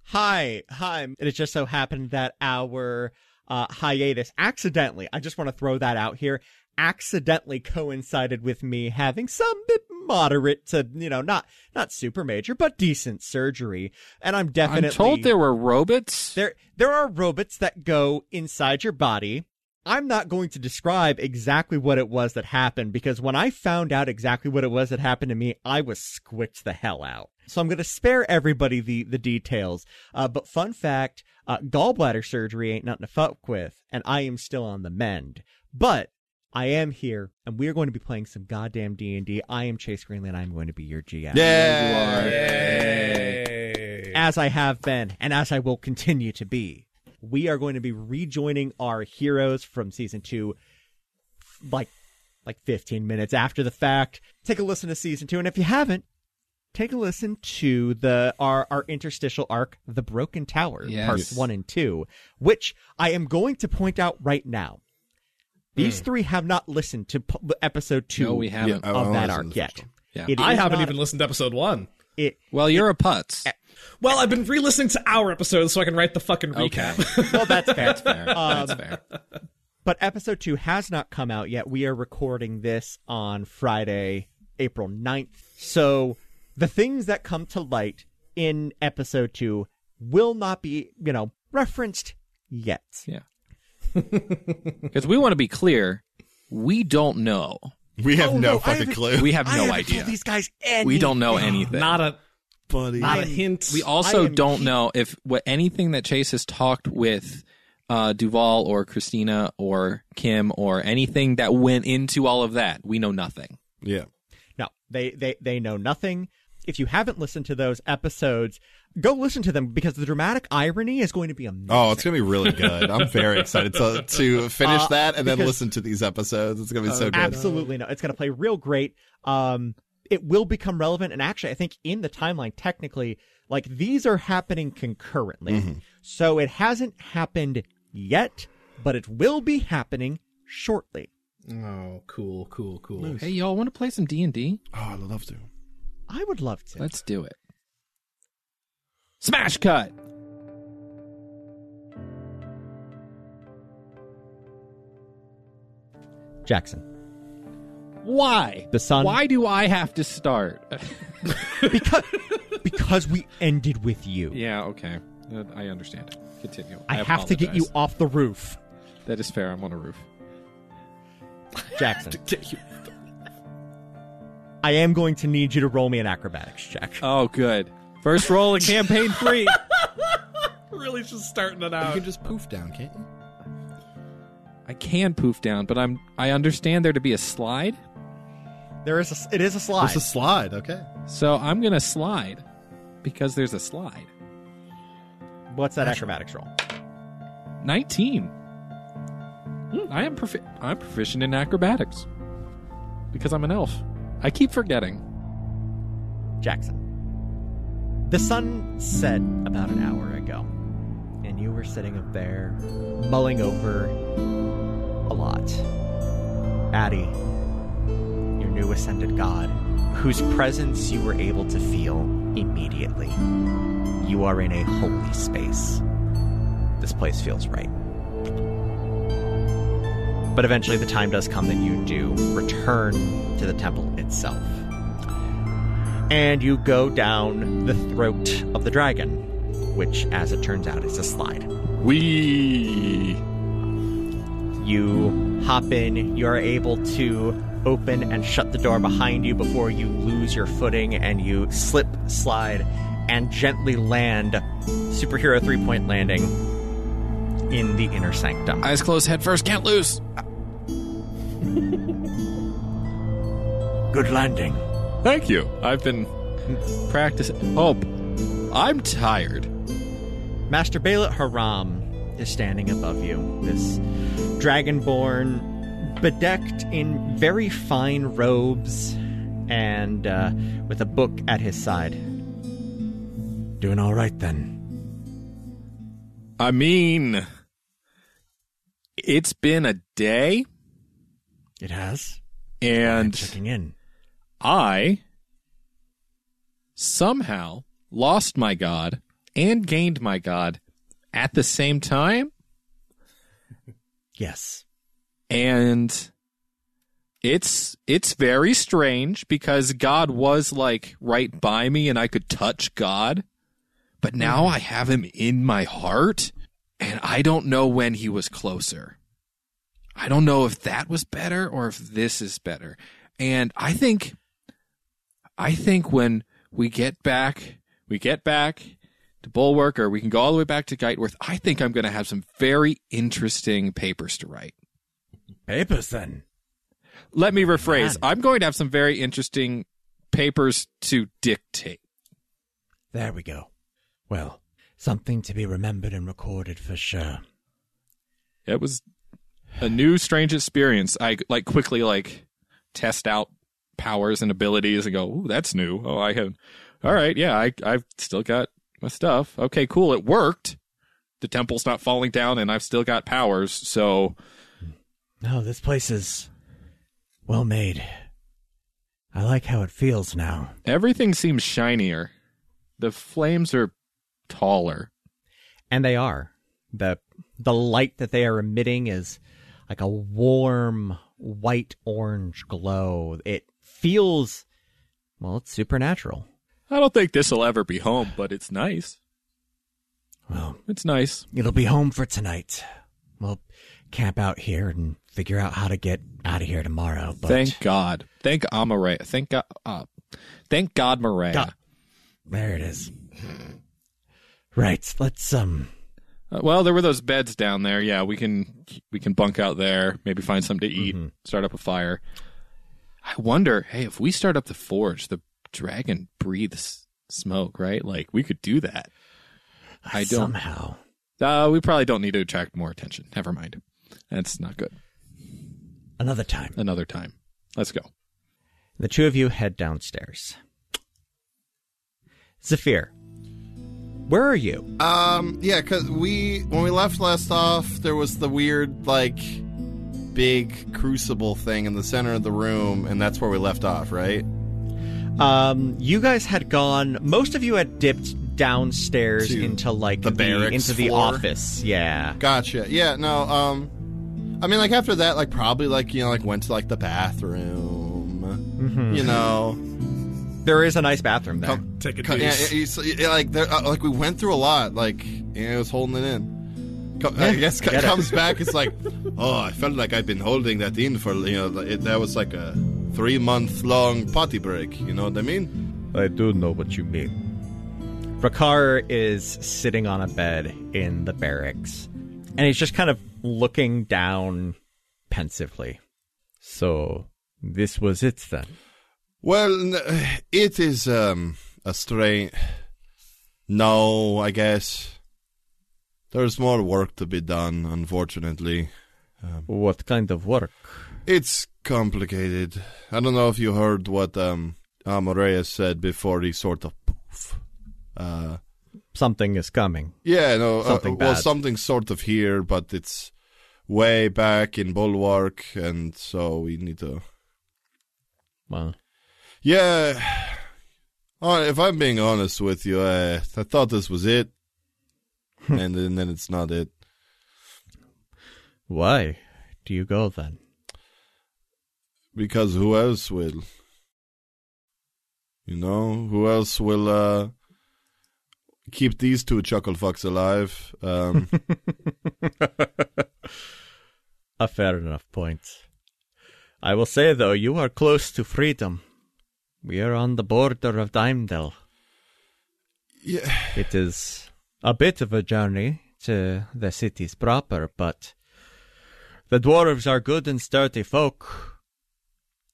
Speaker 1: Hi, hi. And it just so happened that our uh, hiatus accidentally, I just want to throw that out here, accidentally coincided with me having some bit moderate to, you know, not not super major, but decent surgery. And I'm definitely
Speaker 5: I'm told there were robots.
Speaker 1: there there are robots that go inside your body. I'm not going to describe exactly what it was that happened because when I found out exactly what it was that happened to me, I was squicked the hell out. So I'm going to spare everybody the the details. Uh, but fun fact, uh, gallbladder surgery ain't nothing to fuck with, and I am still on the mend. But I am here, and we are going to be playing some goddamn D and I am Chase Greenland. I'm going to be your GM,
Speaker 4: Yeah.
Speaker 1: as I have been, and as I will continue to be. We are going to be rejoining our heroes from season two, like like 15 minutes after the fact. Take a listen to season two, and if you haven't, take a listen to the our our interstitial arc, The Broken Tower,
Speaker 9: Yes.
Speaker 1: parts one and two, which I am going to point out right now. These three have not listened to p- episode two
Speaker 9: Hmm. No, we haven't.
Speaker 4: Yeah, I-
Speaker 1: of
Speaker 4: I
Speaker 1: that
Speaker 4: listened to
Speaker 1: arc
Speaker 4: the
Speaker 1: yet.
Speaker 4: first one.
Speaker 9: Yeah.
Speaker 1: It
Speaker 7: I
Speaker 1: is
Speaker 7: haven't
Speaker 1: not-
Speaker 7: even listened to episode one.
Speaker 1: It,
Speaker 9: Well, you're a putz.
Speaker 7: Well, I've been re-listening to our episodes so I can write the fucking recap.
Speaker 1: well, that's fair.
Speaker 5: Fair.
Speaker 1: Um,
Speaker 5: That's fair.
Speaker 1: But episode two has not come out yet. We are recording this on Friday, April 9th. So the things that come to light in episode two will not be, you know, referenced yet.
Speaker 9: Yeah. Because we want to be clear, we don't know.
Speaker 4: We have
Speaker 1: Oh,
Speaker 4: no,
Speaker 1: no, I
Speaker 4: fucking
Speaker 1: haven't-
Speaker 4: clue.
Speaker 5: We have
Speaker 1: I
Speaker 5: no
Speaker 1: haven't
Speaker 5: idea.
Speaker 1: Told these guys anything.
Speaker 5: we don't know anything.
Speaker 7: Not a
Speaker 4: buddy.
Speaker 7: not a hint.
Speaker 5: we also
Speaker 1: I am
Speaker 5: don't
Speaker 1: he-
Speaker 5: know if what anything that Chase has talked with uh, Duval or Christina or Kim or anything that went into all of that. We know nothing.
Speaker 4: yeah.
Speaker 1: No, they they they know nothing. If you haven't listened to those episodes, go listen to them because the dramatic irony is going to be amazing.
Speaker 4: Oh, it's gonna be really good. I'm very excited to to finish
Speaker 1: Uh,
Speaker 4: that and then
Speaker 1: because- Oh,
Speaker 4: listen to these episodes. It's gonna be so good.
Speaker 1: Absolutely no. It's going to play real great. Um, it will become relevant, and actually, I think in the timeline, technically, like these are happening concurrently. So it hasn't happened yet, but it will be happening shortly.
Speaker 7: Oh, cool, cool, cool.
Speaker 5: Hey, y'all want to play some D and D?
Speaker 4: Oh, I'd love to.
Speaker 1: I would love to.
Speaker 5: Let's do it. Smash cut.
Speaker 1: Jackson,
Speaker 5: Why?
Speaker 1: The sun-
Speaker 5: Why do I have to start?
Speaker 1: because because we ended with you,
Speaker 5: yeah. Okay. Uh, I understand. Continue.
Speaker 1: I, have to get you
Speaker 5: apologize.
Speaker 1: off the roof,
Speaker 5: That is fair. I'm on a roof.
Speaker 1: Jackson. I am going to need you to roll me an acrobatics check.
Speaker 5: Oh, good. First roll in campaign three.
Speaker 7: Really just starting it
Speaker 4: You
Speaker 7: out.
Speaker 4: can just poof down, can't you?
Speaker 5: I can poof down, but I'm. I understand there to be a slide,
Speaker 1: There is a, it is a slide.
Speaker 4: It's a slide. Okay.
Speaker 5: so I'm gonna slide because there's a slide.
Speaker 1: What's that acrobatics roll?
Speaker 5: 19. Hmm, I am profi- I'm proficient in acrobatics because I'm an elf. I keep forgetting.
Speaker 1: Jackson. The sun set about an hour ago, and you were sitting up there mulling over a lot. Addie, your new ascended god, whose presence you were able to feel immediately. You are in a holy space. This place feels right. But eventually, the time does come that you do return to the temple itself and you go down the throat of the dragon, which, as it turns out, is a slide.
Speaker 4: We.
Speaker 1: You hop in, you are able to open and shut the door behind you before you lose your footing, and you slip, slide, and gently land superhero three point landing in the inner sanctum.
Speaker 5: Eyes closed, head first, can't lose.
Speaker 1: Good landing.
Speaker 5: Thank you. I've been practicing. Oh, I'm tired.
Speaker 1: Master Baylet Haram is standing above you. This dragonborn, bedecked in very fine robes and uh, with a book at his side. Doing all right then.
Speaker 5: I mean, it's been a day,
Speaker 1: It has.
Speaker 5: and
Speaker 1: Checking in.
Speaker 5: I somehow lost my god and gained my god at the same time.
Speaker 1: Yes.
Speaker 5: and it's it's very strange because God was like right by me and I could touch God, but now I have him in my heart and I don't know when he was closer. I don't know if that was better or if this is better. And I think I think when we get back, we get back to Bulwark or we can go all the way back to Guiteworth, I think I'm going to have some very interesting papers to write.
Speaker 1: Papers then.
Speaker 5: Let me rephrase. I'm going to have some very interesting papers to dictate.
Speaker 1: There we go. Well, something to be remembered and recorded for sure.
Speaker 5: It was a new, strange experience. I like quickly like test out powers and abilities and go, "Ooh, that's new." Oh, I have. All right, yeah, I I've still got my stuff. Okay, cool. It worked. The temple's not falling down, and I've still got powers. So
Speaker 1: No, this place is well made. I like how it feels now.
Speaker 5: everything seems shinier. The flames are taller.
Speaker 1: and they are the the light that they are emitting is like a warm white orange glow it feels well it's supernatural
Speaker 5: I don't think this will ever be home, but it's nice.
Speaker 1: well
Speaker 5: It's nice.
Speaker 1: it'll be home for tonight we'll camp out here and figure out how to get out of here tomorrow but
Speaker 5: Thank God. Thank Amare. Thank God. Uh, thank God, Maria.
Speaker 1: God. there it is right let's um
Speaker 5: Uh, well, there were those beds down there. Yeah, we can we can bunk out there. Maybe find something to
Speaker 1: Mm-hmm.
Speaker 5: eat. Start up a fire. I wonder. Hey, if we start up the forge, the dragon breathes smoke, right? Like we could do that. I don't-
Speaker 1: somehow
Speaker 5: Uh, we probably don't need to attract more attention. Never mind. That's not good.
Speaker 1: another time
Speaker 5: Another time. Let's go.
Speaker 1: The two of you head downstairs. Zephyr, where are you?
Speaker 4: Um, yeah, because we when we left last off, there was the weird like big crucible thing in the center of the room, and that's where we left off, right?
Speaker 1: Um, you guys had gone. Most of you had dipped downstairs
Speaker 4: To
Speaker 1: into like
Speaker 4: the barracks
Speaker 1: into the
Speaker 4: floor?
Speaker 1: office. Yeah,
Speaker 4: Gotcha. Yeah. No. Um, I mean, like after that, like probably like you know like went to like the bathroom. You know,
Speaker 1: there is a nice bathroom there.
Speaker 4: Come-
Speaker 2: Take a
Speaker 4: Co- yeah,
Speaker 2: deuce.
Speaker 4: yeah, you- so- yeah, like there, uh, like we went through a lot. Like you know, it was holding it in. Co- I guess co-
Speaker 1: get it.
Speaker 4: comes back. It's like, oh, I felt like I've been holding that in for you know like, it, that was like a three month long potty break. You know what I mean?
Speaker 1: I do know what you mean. Rakar is sitting on a bed in the barracks, and he's just kind of looking down pensively. So this was it then.
Speaker 4: Well, n- it is um a strange. No, I guess there's more work to be done. Unfortunately,
Speaker 1: What kind of work?
Speaker 4: it's complicated. I don't know if you heard what um Amareus said before he sort of poof. Uh,
Speaker 1: something is coming.
Speaker 4: Yeah, no,
Speaker 1: Something
Speaker 4: uh, well,
Speaker 1: bad.
Speaker 4: something sort of here, but it's way back in Bulwark, and so we need to.
Speaker 1: Well,
Speaker 4: Yeah, oh, if I'm being honest with you, uh, I thought this was it,
Speaker 1: Hmm.
Speaker 4: and then, then it's not it.
Speaker 1: why do you go then?
Speaker 4: Because who else will? You know, who else will uh, keep these two chuckle fucks alive? Um,
Speaker 1: A fair enough point. I will say though, you are close to freedom. We are on the border of Dimedale.
Speaker 4: yeah.
Speaker 1: It is a bit of a journey to the cities proper, but the dwarves are good and sturdy folk.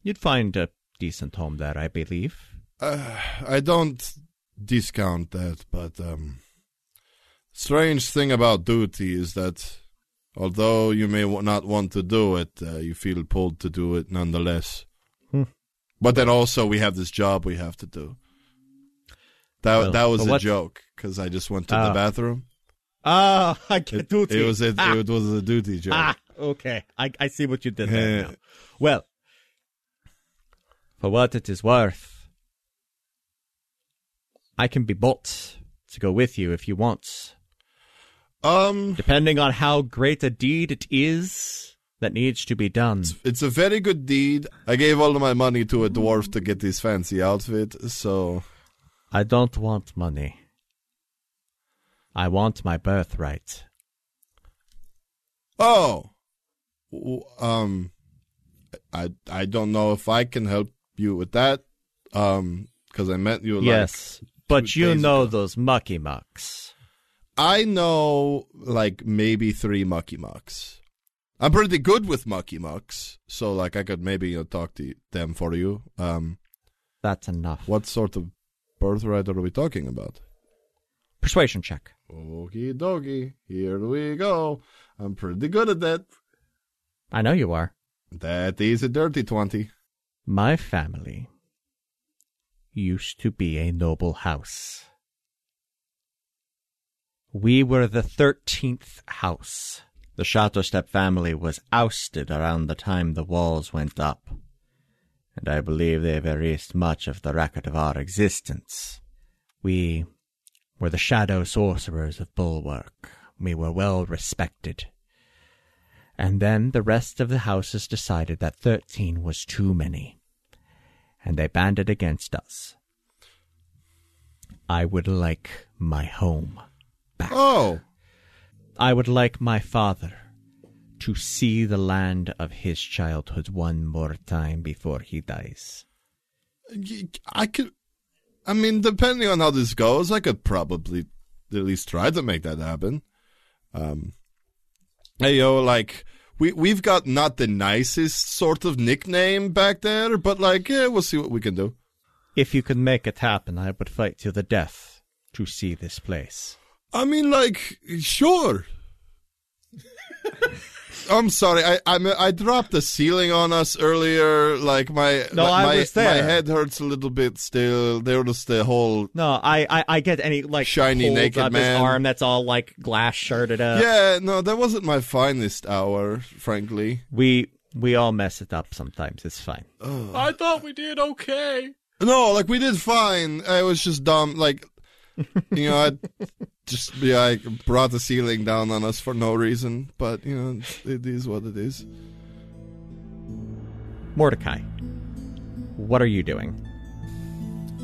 Speaker 1: You'd find a decent home there, I believe.
Speaker 4: Uh, I don't discount that, but um, strange thing about duty is that although you may w- not want to do it, uh, you feel pulled to do it nonetheless.
Speaker 1: Hmm.
Speaker 4: But then also we have this job we have to do. That
Speaker 1: Well,
Speaker 4: that was
Speaker 1: but
Speaker 4: a
Speaker 1: what-
Speaker 4: joke because I just went to the
Speaker 1: Ah.
Speaker 4: bathroom.
Speaker 1: Ah, I
Speaker 4: It, it was a, it was a duty joke.
Speaker 1: Ah, okay. I, I see what you did there. now. Well, for what it is worth, I can be bought to go with you if you want.
Speaker 4: Um,
Speaker 1: Depending on how great a deed it is that needs to be done.
Speaker 4: it's a very good deed. I gave all of my money to a dwarf to get this fancy outfit, so.
Speaker 1: I don't want money. I want my birthright.
Speaker 4: Oh, W- um, I I don't know if I can help you with that, um, because I met you. Like,
Speaker 1: yes, but
Speaker 4: two
Speaker 1: you
Speaker 4: days
Speaker 1: know
Speaker 4: ago.
Speaker 1: those mucky mucks.
Speaker 4: I know like maybe three mucky mucks. I'm pretty good with mucky mucks, so like I could maybe you know, talk to them for you. Um,
Speaker 1: That's enough.
Speaker 4: what sort of birthright are we talking about?
Speaker 1: Persuasion check.
Speaker 4: Okie dokie, here we go. I'm pretty good at that.
Speaker 1: I know you are.
Speaker 4: That is a dirty 20.
Speaker 1: My family used to be a noble house. We were the 13th house. The Shatterstep family was ousted around the time the walls went up, and I believe they've erased much of the record of our existence. We were the shadow sorcerers of Bulwark. We were well respected. And then the rest of the houses decided that 13 was too many, and they banded against us. I would like my home back.
Speaker 4: Oh,
Speaker 1: I would like my father to see the land of his childhood one more time before he dies.
Speaker 4: y- I could. I mean, depending on how this goes, I could probably at least try to make that happen. Um, hey, yo, like. We, we've got not the nicest sort of nickname back there, but like, yeah, we'll see what we can do.
Speaker 1: If you could make it happen, I would fight to the death to see this place.
Speaker 4: I mean, like, sure. I'm sorry. I, I I dropped the ceiling on us earlier. Like my
Speaker 1: No,
Speaker 4: my,
Speaker 1: I was there.
Speaker 4: my head hurts a little bit still. There was the whole
Speaker 1: No, I, I, I get any like
Speaker 4: Shiny
Speaker 1: holds
Speaker 4: naked
Speaker 1: up
Speaker 4: man.
Speaker 1: his arm that's all like glass shirted up.
Speaker 4: yeah. No, that wasn't my finest hour, frankly.
Speaker 1: We we all mess it up sometimes. It's fine.
Speaker 2: I thought we did okay.
Speaker 4: No, like we did fine. I was just dumb. Like you know, I just yeah, I brought the ceiling down on us for no reason. But you know, it is what it is.
Speaker 1: Mordecai, what are you doing?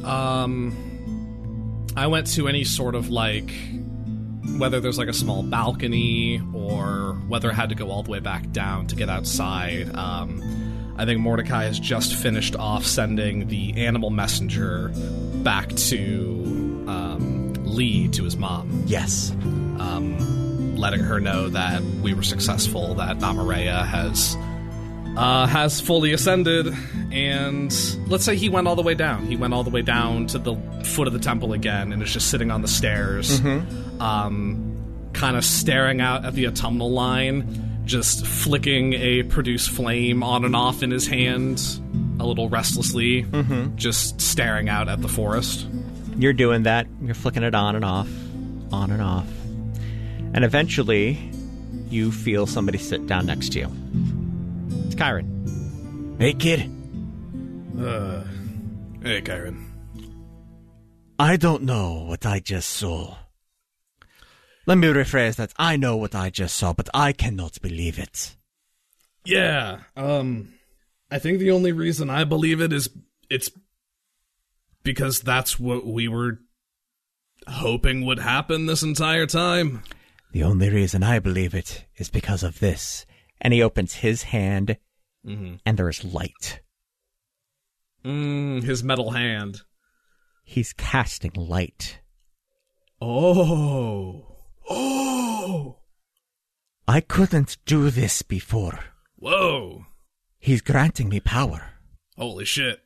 Speaker 2: Um, I went to any sort of like, whether there's like a small balcony or whether I had to go all the way back down to get outside. Um, I think Mordecai has just finished off sending the animal messenger back to um, Lee to his mom,
Speaker 1: Yes.
Speaker 2: um, letting her know that we were successful, that Amareya has. uh, has fully ascended, and let's say he went all the way down. He went all the way down to the foot of the temple again, and is just sitting on the stairs, um, kind of staring out at the autumnal line, just flicking a produce flame on and off in his hand, a little restlessly, just staring out at the forest.
Speaker 1: You're doing that. You're flicking it on and off, on and off. And eventually, you feel somebody sit down next to you. It's Kyron. Hey, kid.
Speaker 2: Hey, Kyron.
Speaker 1: I don't know what I just saw. Let me rephrase that. I know what I just saw, but I cannot believe it.
Speaker 2: Yeah. Um I think the only reason I believe it is it's because that's what we were hoping would happen this entire time.
Speaker 1: The only reason I believe it is because of this. And he opens his hand,
Speaker 2: Mm-hmm.
Speaker 1: and there is light.
Speaker 2: Mm, his metal hand.
Speaker 1: He's casting light.
Speaker 2: Oh. Oh.
Speaker 1: I couldn't do this before.
Speaker 2: Whoa.
Speaker 1: He's granting me power.
Speaker 2: Holy shit.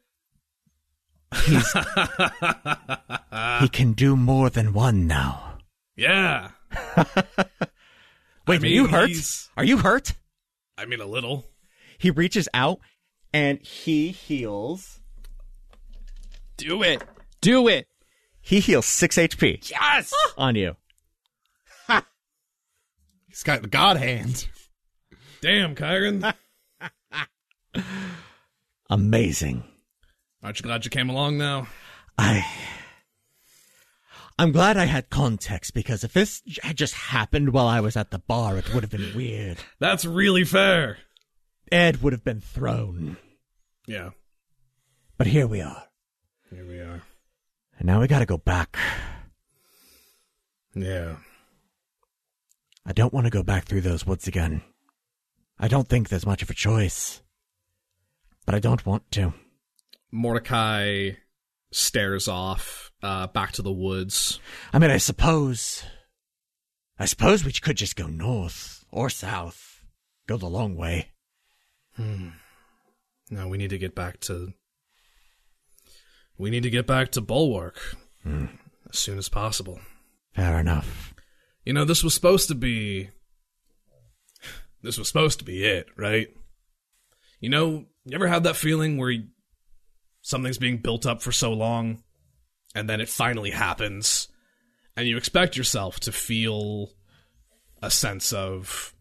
Speaker 2: Uh,
Speaker 1: he can do more than one now.
Speaker 2: Yeah.
Speaker 1: Wait,
Speaker 2: I mean,
Speaker 1: are you hurt?
Speaker 2: he's-
Speaker 1: Are you hurt?
Speaker 2: I mean a little.
Speaker 1: He reaches out and he heals.
Speaker 5: Do it. Do it.
Speaker 1: He heals 6 HP
Speaker 5: Yes.
Speaker 1: on you.
Speaker 4: He's got the god hand.
Speaker 2: Damn, Kyron.
Speaker 1: Amazing.
Speaker 2: Aren't you glad you came along now?
Speaker 1: I. I'm glad I had context because if this j- had just happened while I was at the bar, it would have been weird.
Speaker 2: That's really fair.
Speaker 1: Ed would have been thrown.
Speaker 2: Yeah.
Speaker 1: But here we are.
Speaker 2: Here we are.
Speaker 1: And now we gotta go back.
Speaker 2: Yeah.
Speaker 1: I don't want to go back through those woods again. I don't think there's much of a choice. But I don't want to.
Speaker 2: Mordecai stares off uh, back to the woods.
Speaker 1: I mean, I suppose. I suppose we could just go north or south. go the long way.
Speaker 2: No, we need to get back to. We need to get back to Bulwark Hmm. as soon as possible.
Speaker 1: Fair enough.
Speaker 2: You know, this was supposed to be. This was supposed to be it, right? You know, you ever had that feeling where you- something's being built up for so long and then it finally happens and you expect yourself to feel a sense of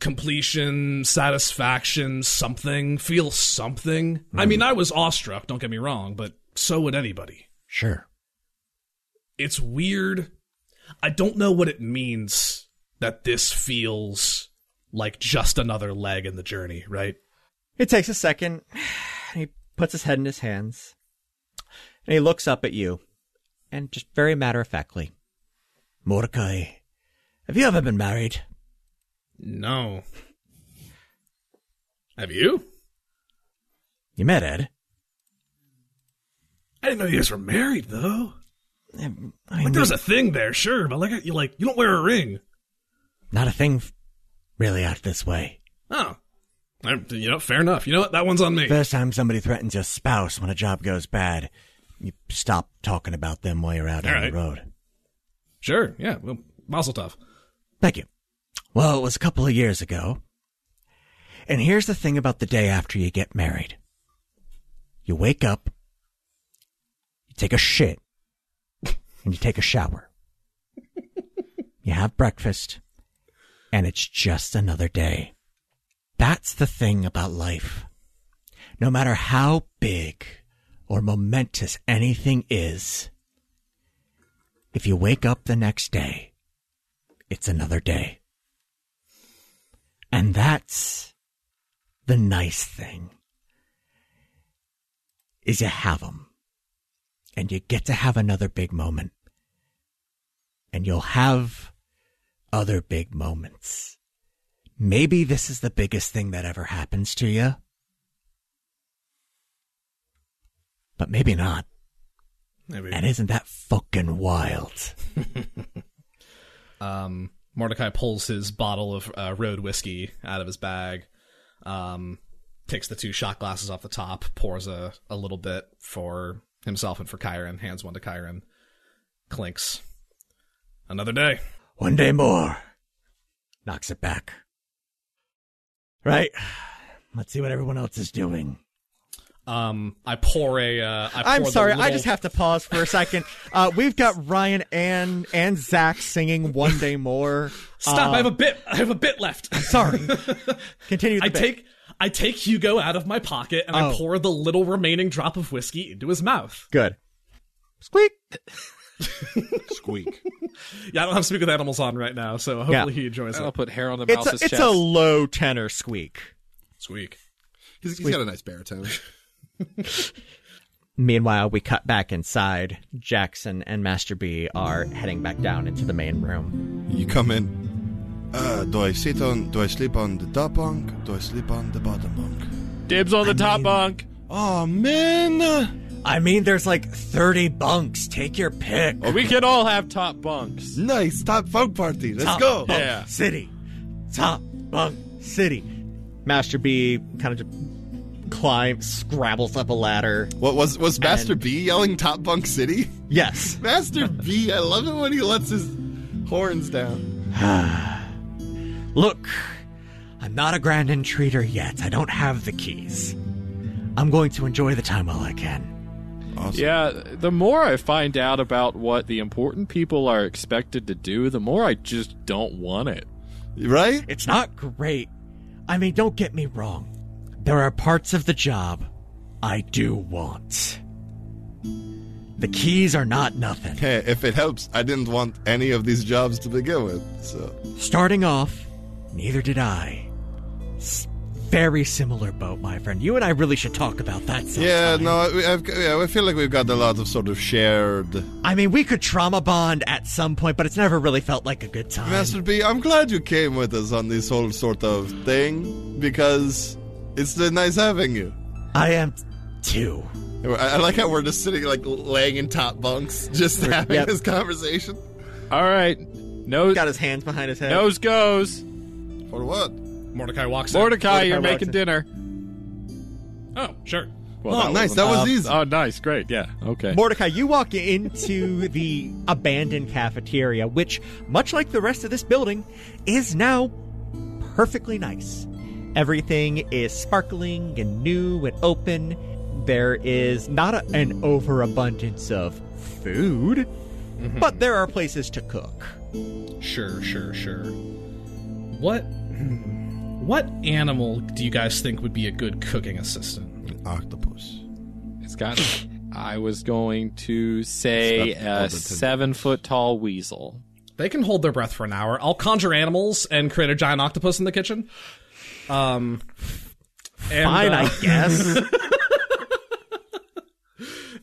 Speaker 2: completion, satisfaction, something, feel something? I mean, I was awestruck, don't get me wrong, but so would anybody
Speaker 1: Sure.
Speaker 2: it's weird. I don't know what it means that this feels like just another leg in the journey, right?
Speaker 1: It takes a second. He puts his head in his hands and he looks up at you and just very matter of factly. Mordecai, have you ever been married?
Speaker 2: No. Have you?
Speaker 1: You met Ed.
Speaker 2: I didn't know you guys were married though.
Speaker 1: Um, I mean,
Speaker 2: Like there's a thing there, sure, but like you like you don't wear a ring.
Speaker 1: not a thing f- really out this way.
Speaker 2: Oh. I, you know, fair enough. You know what? That one's on me.
Speaker 1: First time somebody threatens your spouse when a job goes bad, you stop talking about them while you're out on
Speaker 2: Alright.
Speaker 1: the road.
Speaker 2: Sure, yeah. Well, mazel tov.
Speaker 1: Thank you. Well, it was a couple of years ago. And here's the thing about the day after you get married you wake up, you take a shit, and you take a shower. you have breakfast, and it's just another day. That's the thing about life. No matter how big or momentous anything is, if you wake up the next day, it's another day. And that's the nice thing is you have 'em, and you get to have another big moment and you'll have other big moments. Maybe this is the biggest thing that ever happens to you, but maybe not.
Speaker 2: Maybe.
Speaker 1: And isn't that fucking wild?
Speaker 2: Um, Mordecai pulls his bottle of uh, road whiskey out of his bag, um, takes the two shot glasses off the top, pours a, a little bit for himself and for Chiron, hands one to Chiron, clinks. Another day.
Speaker 1: One day more. Knocks it back. Right? Let's see what everyone else is doing.
Speaker 2: Um, I pour a. Uh, I pour
Speaker 7: I'm
Speaker 2: the
Speaker 7: sorry, I
Speaker 2: little-
Speaker 7: just have to pause for a second. Uh, we've got Ryan and and Zach singing "One Day More."
Speaker 2: Stop! I
Speaker 7: Ah.
Speaker 2: have a bit. I have a bit left.
Speaker 7: Sorry. Continue. The
Speaker 2: I
Speaker 7: bit.
Speaker 2: take. I take Hugo out of my pocket and I
Speaker 7: Oh.
Speaker 2: pour the little remaining drop of whiskey into his mouth.
Speaker 7: good. Squeak.
Speaker 4: Squeak.
Speaker 2: Yeah, I don't have Speak with Animals on right now, so hopefully he enjoys
Speaker 5: I'll
Speaker 2: it.
Speaker 5: put Harold in
Speaker 7: It's a,
Speaker 5: Mouse's
Speaker 7: it's
Speaker 5: chest.
Speaker 7: a low tenor squeak.
Speaker 2: Squeak.
Speaker 4: He's, he's got a nice baritone.
Speaker 7: Meanwhile, we cut back inside. Jackson and Master B are heading back down into the main room.
Speaker 4: You come in. Uh, do I sit on? Do I sleep on the top bunk? Do I sleep on the bottom bunk?
Speaker 5: Dibs on the top bunk.
Speaker 4: Oh man.
Speaker 7: I mean, there's like 30 bunks. Take your pick.
Speaker 5: We can all have top bunks.
Speaker 4: Nice top folk party. Let's
Speaker 7: Top
Speaker 4: go.
Speaker 7: Bunk
Speaker 5: Yeah.
Speaker 7: City. Top Bunk City. Master B kind of just climbs, scrabbles up a ladder.
Speaker 4: What was was Master B yelling Top Bunk City?
Speaker 7: Yes.
Speaker 4: Master B, I love it when he lets his horns down.
Speaker 7: Look, I'm not a grand entreater yet. I don't have the keys. I'm going to enjoy the time while I can.
Speaker 5: Yeah, the more I find out about what the important people are expected to do, the more I just don't want it.
Speaker 4: Right?
Speaker 7: It's not great. I mean, don't get me wrong. There are parts of the job I do want. The keys are not nothing.
Speaker 4: Hey, if it helps, I didn't want any of these jobs to begin with. So
Speaker 7: Starting off, neither did I. S- very similar boat, my friend. You and I really should talk about that sometime.
Speaker 4: yeah, no, I, I've, yeah, I feel like we've got a lot of sort of shared.
Speaker 7: I mean, we could trauma bond at some point, but it's never really felt like a good time.
Speaker 4: Master B, I'm glad you came with us on this whole sort of thing because it's been nice having you.
Speaker 7: I am t- too.
Speaker 4: I I like how we're just sitting, like laying in top bunks, just having
Speaker 7: yep.
Speaker 4: this conversation.
Speaker 5: All right, nose
Speaker 7: his hands behind his head.
Speaker 5: nose goes.
Speaker 4: For what?
Speaker 2: Mordecai walks in.
Speaker 5: Mordecai, you're
Speaker 1: Mordecai
Speaker 5: making
Speaker 1: walks in.
Speaker 5: dinner.
Speaker 2: Oh, sure.
Speaker 4: Oh, nice. That was
Speaker 5: um,
Speaker 4: easy.
Speaker 5: Oh, nice. Great. Yeah. Okay.
Speaker 1: Mordecai, you walk into the abandoned cafeteria, which, much like the rest of this building, is now perfectly nice. Everything is sparkling and new and open. There is not a, an overabundance of food, but there are places to cook.
Speaker 2: Sure, sure, sure. What hmm, what animal do you guys think would be a good cooking assistant?
Speaker 4: Octopus.
Speaker 5: It's got. I was going to say
Speaker 4: Stuff all
Speaker 5: a
Speaker 4: the tentacles.
Speaker 5: seven foot tall weasel.
Speaker 2: They can hold their breath for an hour. I'll conjure animals and create a giant octopus in the kitchen. Um and,
Speaker 1: Fine,
Speaker 2: uh,
Speaker 1: I guess.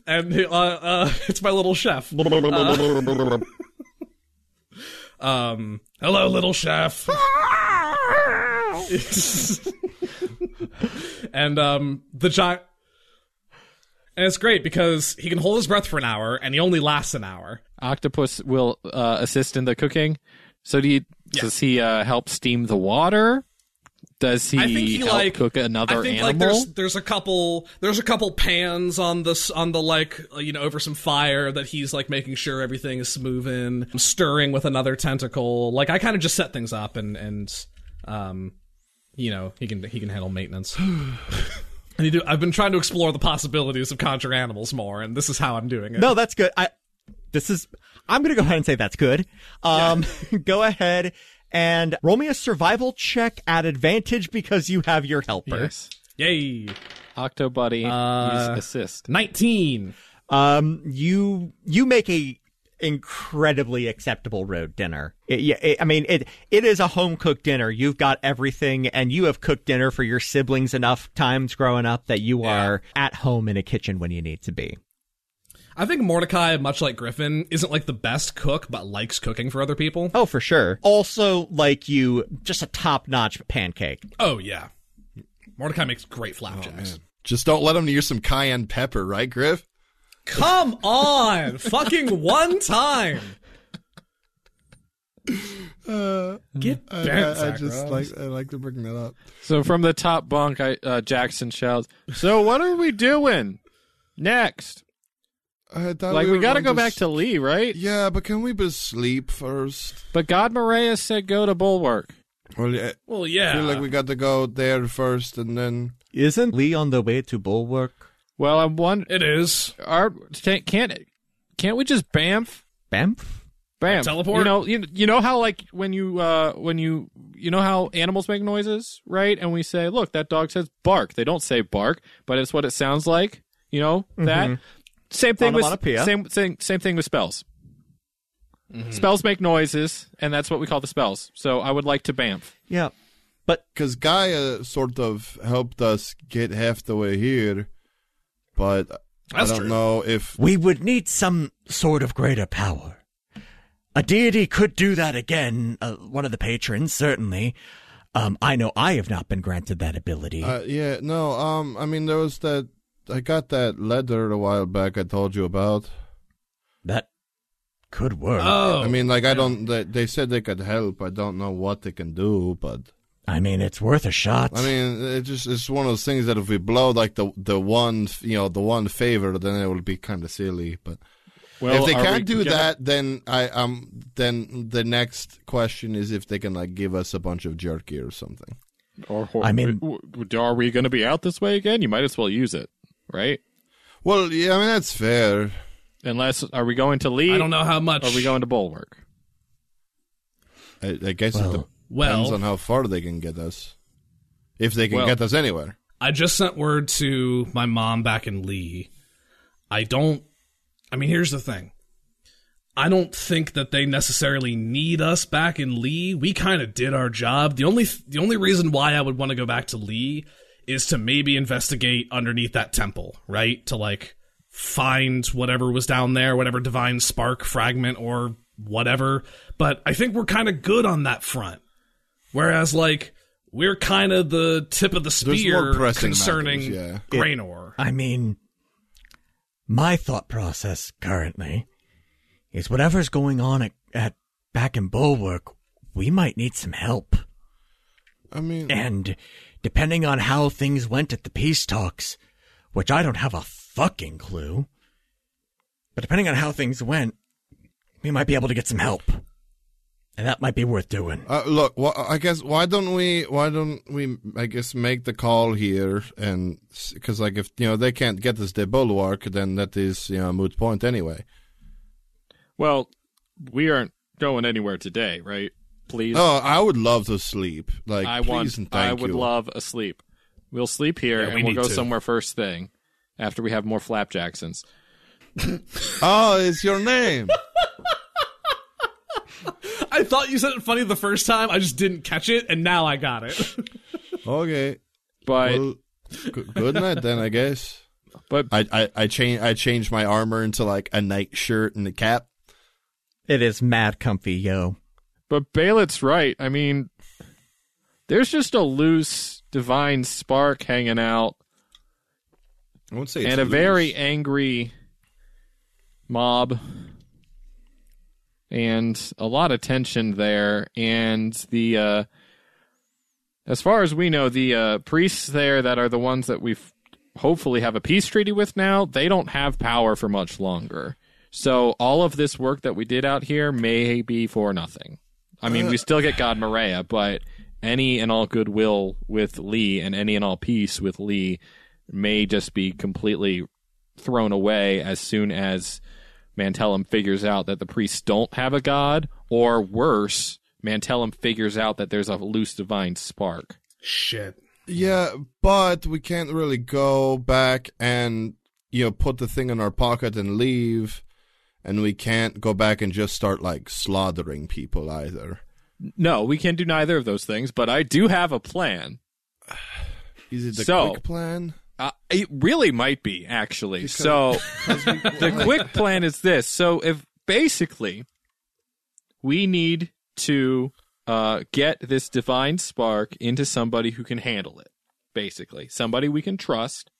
Speaker 2: and uh, uh, it's my little chef. Um, hello, little chef. and um, the giant. And it's great because he can hold his breath for an hour, and he only lasts an hour.
Speaker 5: Octopus will uh, assist in the cooking. So do you? Does he uh, help steam the water? Does he,
Speaker 2: I think he
Speaker 5: help
Speaker 2: like
Speaker 5: cook another
Speaker 2: I think
Speaker 5: animal?
Speaker 2: like there's there's a couple there's a couple pans on this on the like uh, you know over some fire that he's like making sure everything is smooth in stirring with another tentacle. Like I kind of just set things up and and um you know he can he can handle maintenance. and you do, I've been trying to explore the possibilities of conjure animals more, and this is how I'm doing it.
Speaker 1: no, that's good. I this is I'm gonna go ahead and say that's good. Um go ahead and roll me a survival check at advantage because you have your helper.
Speaker 5: Yes.
Speaker 2: Yay,
Speaker 5: Octobuddy
Speaker 2: Uh,
Speaker 5: use assist.
Speaker 2: nineteen.
Speaker 1: Um, you you make a incredibly acceptable road dinner. It- yeah, it- I mean it. It is a home cooked dinner. You've got everything, and you have cooked dinner for your siblings enough times growing up that you are at home in a kitchen when you need to be.
Speaker 2: I think Mordecai, much like Griffin, isn't like the best cook, but likes cooking for other people.
Speaker 1: Oh, for sure. Also, like you, just a top notch pancake.
Speaker 2: Oh yeah, Mordecai makes great flapjacks.
Speaker 4: Just don't let him use some cayenne pepper, right, Griff?
Speaker 2: Come on, fucking one time.
Speaker 4: Uh,
Speaker 2: Get
Speaker 4: I, I, I just like I like to bring that up.
Speaker 5: So from the top bunk, I, uh, Jackson shouts, "So what are we doing next?
Speaker 4: I thought
Speaker 5: Like we
Speaker 4: Uh, were
Speaker 5: got to
Speaker 4: going
Speaker 5: go back to Lee, right?"
Speaker 4: Yeah, but can we just sleep first?
Speaker 5: But God Moraes said go to Bulwark.
Speaker 4: Well, yeah,
Speaker 2: Well,
Speaker 4: I
Speaker 2: yeah.
Speaker 4: feel like we got to go there first, and then
Speaker 1: Isn't Lee on the way to Bulwark?
Speaker 5: Well, I'm one.
Speaker 2: it is.
Speaker 5: Our can't can't can't we just bamf
Speaker 1: Banff.
Speaker 5: bamf
Speaker 2: Teleport?
Speaker 5: You know you, you know how like when you uh when you you know how animals make noises, right? And we say, "Look, that dog says bark." They don't say bark, but it's what it sounds like. You know that same thing with
Speaker 1: Onomatopoeia.
Speaker 5: same thing same thing with spells. Spells make noises, and that's what we call the spells. So I would like to bamf.
Speaker 1: Yeah.
Speaker 4: because Gaia sort of helped us get half the way here, but
Speaker 2: That's
Speaker 4: I don't
Speaker 2: true.
Speaker 4: know if
Speaker 1: We would need some sort of greater power. A deity could do that again, uh, one of the patrons, certainly. Um, I know I have not been granted that ability.
Speaker 4: Uh, yeah, no. Um, I mean, there was that. I got that letter a while back. I told you about.
Speaker 1: that could work.
Speaker 2: Oh,
Speaker 4: I mean, like I don't. They, they said they could help. I don't know what they can do, but
Speaker 1: I mean, it's worth a shot.
Speaker 4: I mean, it just it's one of those things that if we blow like the the one you know the one favor, then it will be kind of silly. But
Speaker 5: Well,
Speaker 4: if they
Speaker 5: are we
Speaker 4: can't do
Speaker 5: gonna-
Speaker 4: that, then I um then the next question is if they can like give us a bunch of jerky or something.
Speaker 5: Or,
Speaker 1: I mean-
Speaker 5: w- w- are we going to be out this way again? You might as well use it, right?
Speaker 4: Well, yeah, I mean that's fair.
Speaker 5: Unless are we going to Lee?
Speaker 2: I don't know how much.
Speaker 5: Are we going to Bulwark?
Speaker 4: I, I guess it depends
Speaker 2: Well-
Speaker 4: on how far they can get us. If they can
Speaker 5: Well-
Speaker 4: get us anywhere.
Speaker 2: I just sent word to my mom back in Lee. I don't. I mean, here's the thing. I don't think that they necessarily need us back in Lee. We kind of did our job. The only the only reason why I would want to go back to Lee is to maybe investigate underneath that temple, right? To like find whatever was down there, whatever divine spark fragment or whatever. But I think we're kind of good on that front. Whereas like we're kind of the tip of the
Speaker 4: more
Speaker 2: spear
Speaker 4: pressing
Speaker 2: concerning
Speaker 4: matters, yeah.
Speaker 2: Graynor.
Speaker 1: I mean, my thought process currently is whatever's going on at, at back in Bulwark, we might need some help.
Speaker 4: I mean,
Speaker 5: Eh.
Speaker 1: And depending on how things went at the peace talks, which I don't have a fucking clue, but depending on how things went, we might be able to get some help. And that might be worth doing.
Speaker 4: uh, look, wha I guess why don't we? Why don't we? I guess make the call here, and because like if you know they can't get us the bulwark, then that is you know a moot point anyway.
Speaker 5: Well, we aren't going anywhere today, right? Please.
Speaker 4: Oh, I would love to sleep. Like,
Speaker 5: I
Speaker 4: please
Speaker 5: want.
Speaker 4: and thank
Speaker 5: I would
Speaker 4: you.
Speaker 5: love a sleep. We'll sleep here
Speaker 2: Yeah, we
Speaker 5: and we'll
Speaker 2: need
Speaker 5: go
Speaker 2: to.
Speaker 5: somewhere first thing after we have more flapjacksons.
Speaker 4: Oh, it's your name.
Speaker 2: I thought you said it funny the first time. I just didn't catch it, and now I got it.
Speaker 4: okay.
Speaker 5: But
Speaker 4: Well, g- good night then, I guess.
Speaker 5: but
Speaker 4: I I I change I changed my armor into like a night shirt and a cap.
Speaker 1: It is mad comfy, yo.
Speaker 5: but Baylet's right. I mean, there's just a loose divine spark hanging out,
Speaker 4: I won't say.
Speaker 5: and a very angry mob, and a lot of tension there. And the uh, as far as we know, the uh, priests there that are the ones that we've hopefully have a peace treaty with now, they don't have power for much longer. So all of this work that we did out here may be for nothing. I mean, we still get God Maria, but any and all goodwill with Lee and any and all peace with Lee may just be completely thrown away as soon as Mantellum figures out that the priests don't have a god, or worse, Mantellum figures out that there's a loose divine spark.
Speaker 2: Shit.
Speaker 4: yeah, but we can't really go back and you know put the thing in our pocket and leave, and we can't go back and just start like slaughtering people either.
Speaker 5: No, we can do neither of those things, but I do have a plan.
Speaker 4: Is it the
Speaker 5: So-
Speaker 4: quick plan?
Speaker 5: Uh, it really might be, actually.
Speaker 4: Just
Speaker 5: so
Speaker 4: kinda-
Speaker 5: the quick plan is this. So if basically we need to uh, get this divine spark into somebody who can handle it, basically somebody we can trust.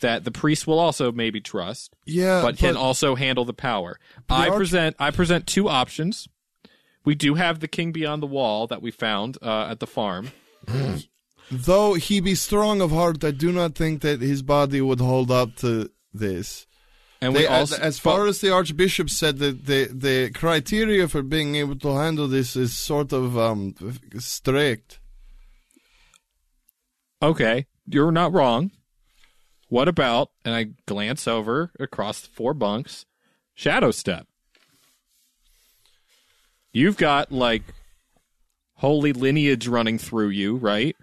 Speaker 5: That the priest will also maybe trust,
Speaker 4: yeah,
Speaker 5: but can also handle the power.
Speaker 4: the
Speaker 5: I
Speaker 4: arch-
Speaker 5: present I present two options. We do have the king beyond the wall that we found uh, at the farm.
Speaker 4: Though he be strong of heart, I do not think that his body would hold up to this.
Speaker 5: And
Speaker 4: They-
Speaker 5: we also
Speaker 4: as, as far as the archbishop said, that the the criteria for being able to handle this is sort of um strict.
Speaker 5: Okay, you're not wrong. What about, and I glance over across the four bunks, Shadow Step. You've got like holy lineage running through you, right?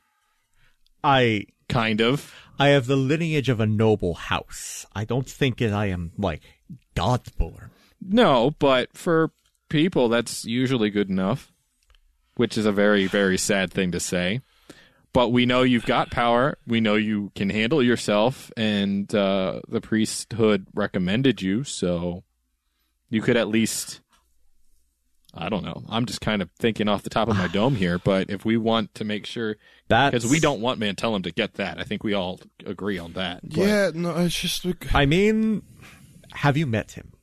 Speaker 1: I
Speaker 5: Kind of.
Speaker 1: I have the lineage of a noble house. I don't think that I am like Godborn.
Speaker 5: No, but for people, that's usually good enough, which is a very, very sad thing to say. But we know you've got power. We know you can handle yourself, and uh, the priesthood recommended you, so you could at least. I don't know. I'm just kind of thinking off the top of my dome here, but if we want to make sure,
Speaker 1: That's
Speaker 5: because we don't want Mantellum to get that, I think we all agree on that. but-
Speaker 4: Yeah, no, it's just we-
Speaker 1: I mean, have you met him?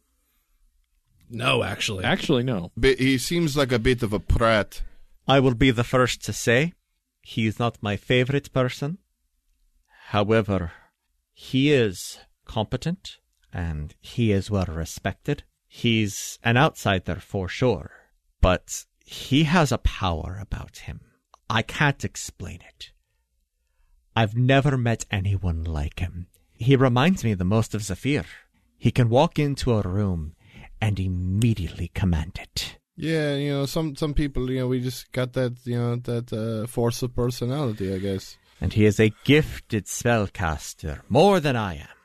Speaker 2: No, actually.
Speaker 5: Actually, no.
Speaker 4: but he seems like a bit of a prat.
Speaker 1: I will be the first to say he is not my favorite person. However, he is competent and he is well respected. He's an outsider for sure, but he has a power about him. I can't explain it. I've never met anyone like him. He reminds me the most of Zafir. He can walk into a room and immediately command it.
Speaker 4: Yeah, you know, some some people, you know, we just got that, you know, that uh, force of personality, I guess.
Speaker 1: and he is a gifted spellcaster more than I am.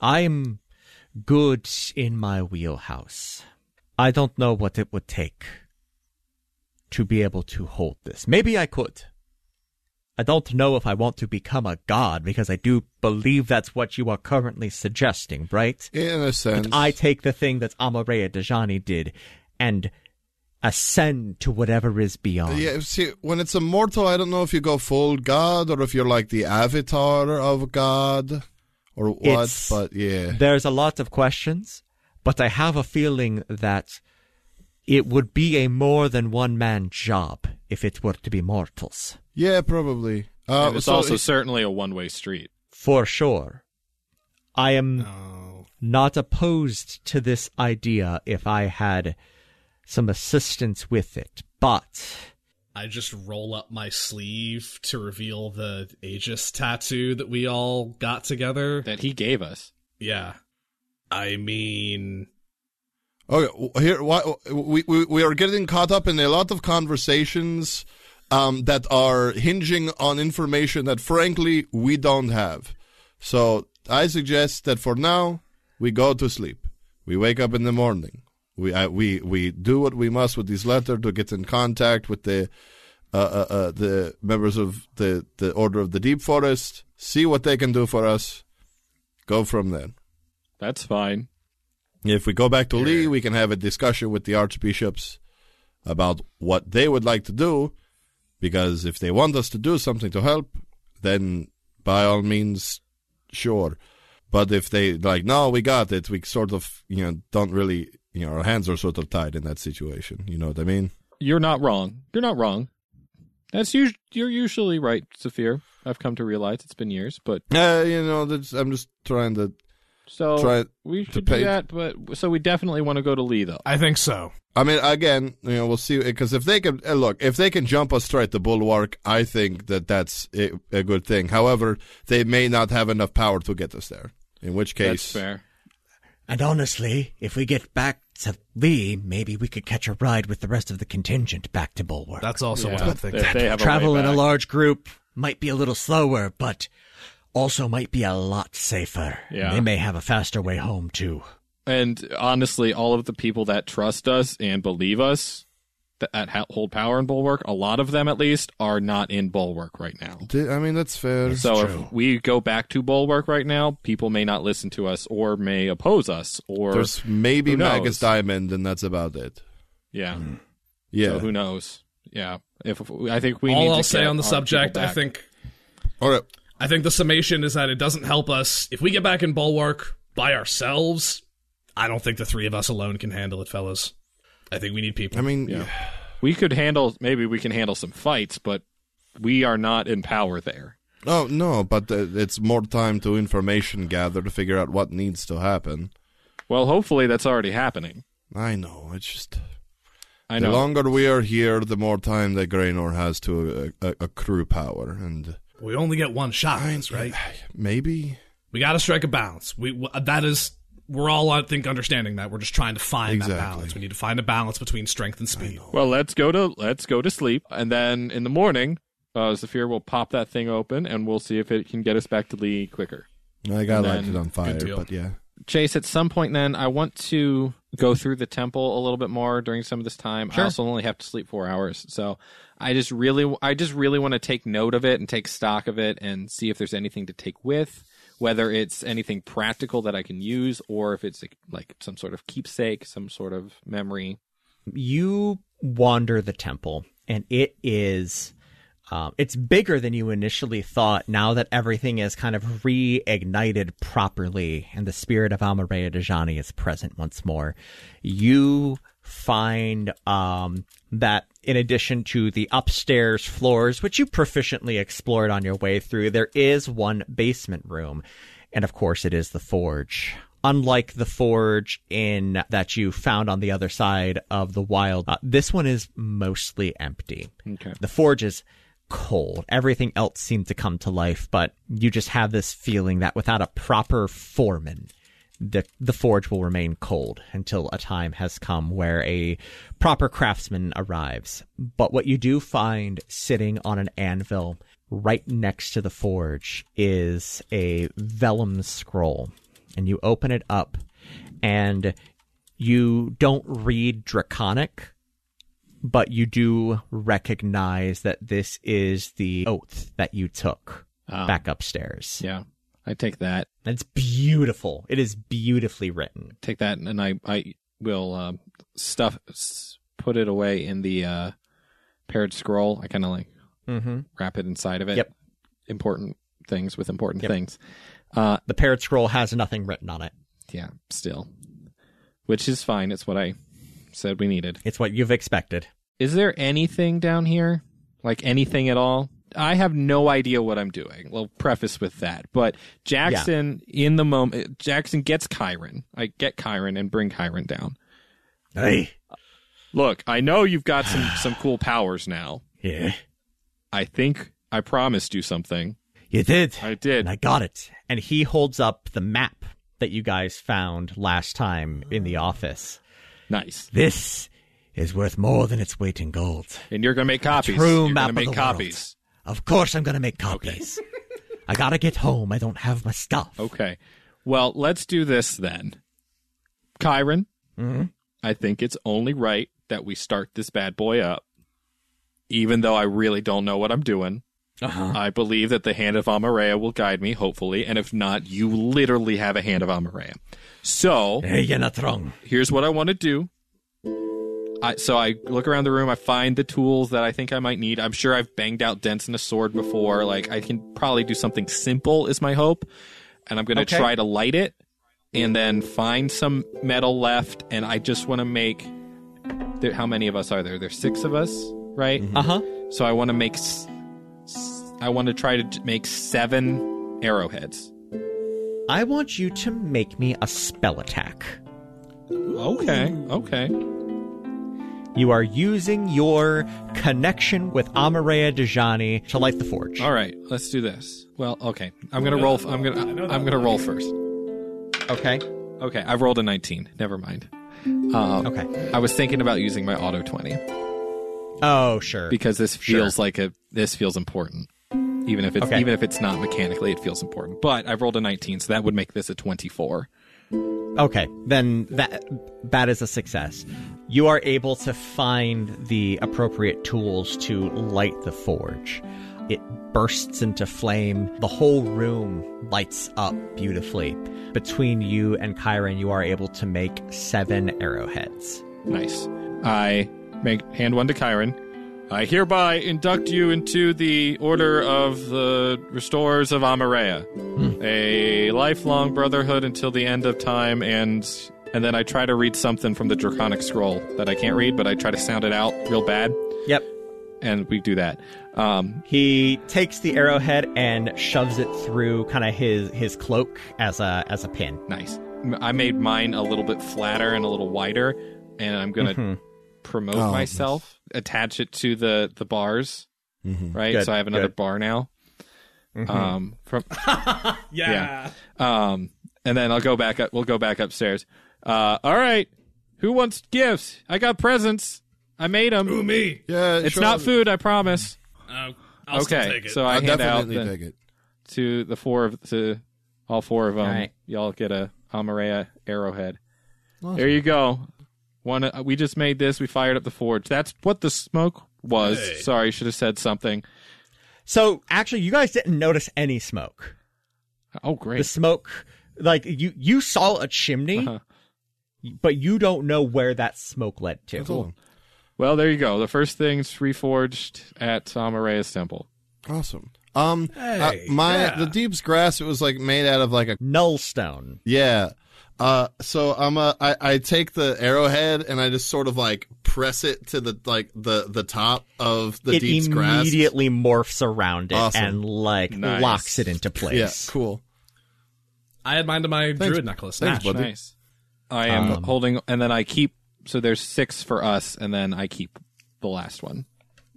Speaker 1: I'm good in my wheelhouse. I don't know what it would take to be able to hold this. Maybe I could. I don't know if I want to become a god because I do believe that's what you are currently suggesting, right?
Speaker 4: In a sense,
Speaker 1: I take the thing that Amareya Dejani did and ascend to whatever is beyond.
Speaker 4: Yeah, see, when it's immortal, I don't know if you go full god or if you're like the avatar of god or what,
Speaker 1: It's-
Speaker 4: but yeah.
Speaker 1: There's a lot of questions, but I have a feeling that It would be a more than one man job if it were to be mortals.
Speaker 4: Yeah, probably. Uh,
Speaker 5: and it's
Speaker 4: so
Speaker 5: also
Speaker 4: it-
Speaker 5: certainly a one-way street.
Speaker 1: For sure. I am not opposed to this idea if I had some assistance with it, but
Speaker 2: I just roll up my sleeve to reveal the Aegis tattoo that we all got together.
Speaker 5: that he gave us.
Speaker 2: Yeah. I mean,
Speaker 4: Okay, w- here why, we, we we are getting caught up in a lot of conversations um, that are hinging on information that, frankly, we don't have. So I suggest that for now we go to sleep. We wake up in the morning. We I, we we do what we must with this letter to get in contact with the uh, uh, uh, the members of the the Order of the Deep Forest. See what they can do for us. Go from there.
Speaker 5: That's fine.
Speaker 4: If we go back to Lee, we can have a discussion with the archbishops about what they would like to do, because if they want us to do something to help, then by all means, sure. But if they like, no, we got it. We sort of, you know, don't really, you know, our hands are sort of tied in that situation. You know what I mean?
Speaker 5: You're not wrong. You're not wrong. That's us- you're usually right, Saphir. I've come to realize it's been years, but
Speaker 4: Uh, you know, that's, I'm just trying to
Speaker 5: so
Speaker 4: try.
Speaker 5: we should
Speaker 4: pay-
Speaker 5: do that. But so we definitely want to go to Lee though.
Speaker 10: I think so.
Speaker 4: I mean, again, you know, we'll see. Because if they can uh, look, if they can jump us straight the bulwark, I think that that's a, a good thing. However, they may not have enough power to get us there. In which
Speaker 5: That's
Speaker 4: case,
Speaker 5: fair.
Speaker 1: and honestly, if we get back to Lee, maybe we could catch a ride with the rest of the contingent back to Bulwark.
Speaker 10: That's also what
Speaker 5: Yeah.
Speaker 10: I'm thinking.
Speaker 5: They- they have a way
Speaker 1: Travel in a
Speaker 5: back.
Speaker 1: large group might be a little slower, but also might be a lot safer.
Speaker 5: Yeah.
Speaker 1: They may have a faster way home too.
Speaker 5: And honestly, all of the people that trust us and believe us that, that ha- hold power in Bulwark, a lot of them at least are not in Bulwark right now.
Speaker 4: Th- I mean, that's fair.
Speaker 5: so if we go back to Bulwark right now, people may not listen to us or may oppose us or
Speaker 4: There's maybe
Speaker 5: who knows?
Speaker 4: Magus Diamond, and that's about it.
Speaker 5: yeah.
Speaker 4: Yeah,
Speaker 5: So who knows? Yeah. If, if we- I think we need
Speaker 2: all
Speaker 5: to
Speaker 2: I'll say
Speaker 5: get
Speaker 2: on the
Speaker 5: our
Speaker 2: subject,
Speaker 5: people
Speaker 2: I
Speaker 5: back.
Speaker 2: think
Speaker 4: all right.
Speaker 2: I think the summation is that it doesn't help us. If we get back in Bulwark by ourselves, I don't think the three of us alone can handle it, fellas. I think we need people.
Speaker 4: I mean,
Speaker 5: we could handle maybe we can handle some fights, but we are not in power there.
Speaker 4: oh no, but uh, it's more time to information gather to figure out what needs to happen.
Speaker 5: Well, hopefully that's already happening.
Speaker 4: I know. It's just
Speaker 5: I
Speaker 4: the
Speaker 5: know.
Speaker 4: longer we are here, the more time that Graynor has to uh, uh, accrue power, and
Speaker 2: we only get one shot, right?
Speaker 4: maybe
Speaker 2: We got to strike a balance. We w- that is we're all I think understanding that. We're just trying to find that
Speaker 4: Exactly.
Speaker 2: balance. We need to find a balance between strength and speed.
Speaker 5: well, let's go to let's go to sleep, and then in the morning, uh, Zephyr will pop that thing open, and we'll see if it can get us back to Lee quicker.
Speaker 4: I
Speaker 5: And then-
Speaker 4: got lighted on fire,
Speaker 2: deal.
Speaker 4: but yeah.
Speaker 5: Chase, at some point, then I want to go through the temple a little bit more during some of this time. I also only have to sleep four hours, so I just really, I just really want to take note of it and take stock of it and see if there's anything to take with, whether it's anything practical that I can use or if it's like, like some sort of keepsake, some sort of memory.
Speaker 1: you wander the temple and it is um, it's bigger than you initially thought now that everything is kind of reignited properly and the spirit of Amareya Dejani is present once more. You find um, that in addition to the upstairs floors, which you proficiently explored on your way through, there is one basement room. And of course, it is the forge. Unlike the forge in that you found on the other side of the wild, uh, this one is mostly empty.
Speaker 5: Okay.
Speaker 1: The forge is cold. Everything else seemed to come to life, but you just have this feeling that without a proper foreman, the, the forge will remain cold until a time has come where a proper craftsman arrives. But what you do find sitting on an anvil right next to the forge is a vellum scroll. And you open it up, and you don't read Draconic, but you do recognize that this is the oath that you took
Speaker 5: Ah.
Speaker 1: back upstairs.
Speaker 5: Yeah, I take that,
Speaker 1: And it's beautiful. It is beautifully written.
Speaker 5: take that, and I, I will um, stuff, s- put it away in the uh, paired scroll. I kind of like
Speaker 1: Mm-hmm.
Speaker 5: wrap it inside of it.
Speaker 1: Yep.
Speaker 5: Important things with important
Speaker 1: Yep.
Speaker 5: things.
Speaker 1: The parrot scroll has nothing written on it.
Speaker 5: Yeah, still. Which is fine. It's what I said we needed.
Speaker 1: It's what you've expected.
Speaker 5: Is there anything down here? Like anything at all? I have no idea what I'm doing. Well, preface with that. But Jackson in the moment Jackson gets Kyron. I get Kyron and bring Kyron down.
Speaker 1: Hey.
Speaker 5: Look, I know you've got some some cool powers now.
Speaker 1: Yeah.
Speaker 5: I think I promised you something.
Speaker 1: You did.
Speaker 5: I did.
Speaker 1: And I got it. And he holds up the map that you guys found last time in the office.
Speaker 5: Nice.
Speaker 1: This is worth more than its weight in gold.
Speaker 5: And you're gonna make copies.
Speaker 1: True
Speaker 5: you're
Speaker 1: map
Speaker 5: gonna
Speaker 1: of
Speaker 5: make
Speaker 1: the
Speaker 5: copies.
Speaker 1: World. Of course, I'm going to make copies. I got to get home. I don't have my stuff.
Speaker 5: Okay. Well, let's do this then. Kyron, I think it's only right that we start this bad boy up. Even though I really don't know what I'm doing, I believe that the hand of Amareya will guide me, hopefully. And if not, you literally have a hand of Amareya. So
Speaker 1: Hey, you're not wrong.
Speaker 5: here's what I want to do. I, so I look around the room. I find the tools that I think I might need. I'm sure I've banged out dents in a sword before. Like I can probably do something simple is my hope. And I'm gonna try to light it, and then find some metal left. And I just want to make. There, how many of us are there? There's six of us, right?
Speaker 1: Uh huh.
Speaker 5: So I want to make. S- s- I want to try to j- make seven arrowheads.
Speaker 1: I want you to make me a spell attack.
Speaker 5: Okay. Okay.
Speaker 1: You are using your connection with Amareya Dejani to light the forge.
Speaker 5: All right, let's do this. Well, okay. I'm gonna roll. f- I'm gonna. I'm gonna roll first.
Speaker 1: Okay.
Speaker 5: Okay, I've rolled a 19. Never mind. Um,
Speaker 1: Okay.
Speaker 5: I was thinking about using my auto 20
Speaker 1: Oh, sure.
Speaker 5: because this feels like a. This feels important, even if it's
Speaker 1: Okay.
Speaker 5: even if it's not mechanically, it feels important. But I've rolled a 19, so that would make this a 24.
Speaker 1: Okay, then that that is a success. You are able to find the appropriate tools to light the forge. It bursts into flame. The whole room lights up beautifully. Between you and Chiron, you are able to make seven arrowheads.
Speaker 5: Nice. I make hand one to Chiron. I hereby induct you into the Order of the Restorers of Amareya, a lifelong brotherhood until the end of time, and and then I try to read something from the Draconic Scroll that I can't read, but I try to sound it out real bad,
Speaker 1: Yep.
Speaker 5: and we do that. Um,
Speaker 1: He takes the arrowhead and shoves it through kind of his his cloak as a as a pin.
Speaker 5: nice. M- I made mine a little bit flatter and a little wider, and I'm gonna
Speaker 1: Mm-hmm.
Speaker 5: promote
Speaker 4: Oh,
Speaker 5: myself, attach it to the the bars,
Speaker 4: Mm-hmm.
Speaker 5: right?
Speaker 1: Good,
Speaker 5: so I have another
Speaker 1: good. Mm-hmm.
Speaker 5: bar now. Um, from
Speaker 2: Yeah.
Speaker 5: Um, and then I'll go back up. We'll go back upstairs. Uh, all right. Who wants gifts? I got presents. I made them.
Speaker 2: Ooh, me.
Speaker 4: Yeah,
Speaker 5: it's
Speaker 4: sure.
Speaker 5: not food, I promise.
Speaker 2: Uh, I'll
Speaker 5: okay,
Speaker 2: still take it.
Speaker 5: so I
Speaker 4: I'll
Speaker 5: hand out
Speaker 4: definitely
Speaker 5: the,
Speaker 4: dig it.
Speaker 5: to the four of to all four of them.
Speaker 1: All right.
Speaker 5: Y'all get a Amareya arrowhead. There you go. One. uh, We just made this. We fired up the forge. That's what the smoke was. Sorry, should have said something.
Speaker 1: So actually, you guys didn't notice any smoke.
Speaker 5: Oh, great.
Speaker 1: the smoke like you you saw a chimney
Speaker 5: Uh-huh.
Speaker 1: but you don't know where that smoke led to
Speaker 4: Cool.
Speaker 5: well, there you go. The first thing's reforged at Amareya's temple.
Speaker 4: Awesome. Um, uh, my the deep's grass. It was like made out of like a
Speaker 1: null stone
Speaker 4: yeah. Uh, so I'm a I, I take the arrowhead and I just sort of like press it to the like the the top of the
Speaker 1: it
Speaker 4: deep's grass.
Speaker 1: immediately morphs around it
Speaker 4: Awesome.
Speaker 1: and like
Speaker 5: Nice.
Speaker 1: locks it into
Speaker 4: Yeah,
Speaker 1: place
Speaker 4: cool.
Speaker 2: I had mine to my druid necklace.
Speaker 4: Thanks, buddy.
Speaker 5: Nice. I am
Speaker 11: Um,
Speaker 5: holding, and then I keep. So there's six for us, and then I keep the last one.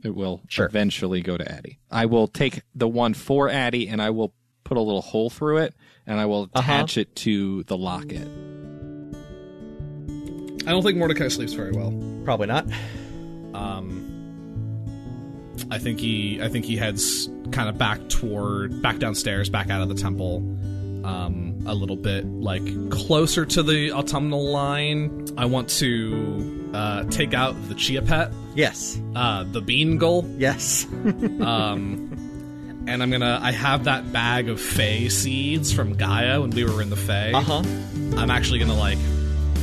Speaker 5: It will
Speaker 1: Sure.
Speaker 5: eventually go to Addy. I will take the one for Addy, and I will put a little hole through it, and I will
Speaker 11: Uh-huh.
Speaker 5: attach it to the locket.
Speaker 2: I don't think Mordecai sleeps very well.
Speaker 1: probably not
Speaker 2: Um, I think he I think he heads kind of back toward back downstairs, back out of the temple. Um, a little bit like closer to the autumnal line. I want to uh, take out the chia pet,
Speaker 1: yes
Speaker 2: uh, the bean gull,
Speaker 1: yes
Speaker 2: and I'm gonna. I have that bag of fey seeds from Gaia when we were in the fey.
Speaker 1: uh-huh
Speaker 2: I'm actually gonna like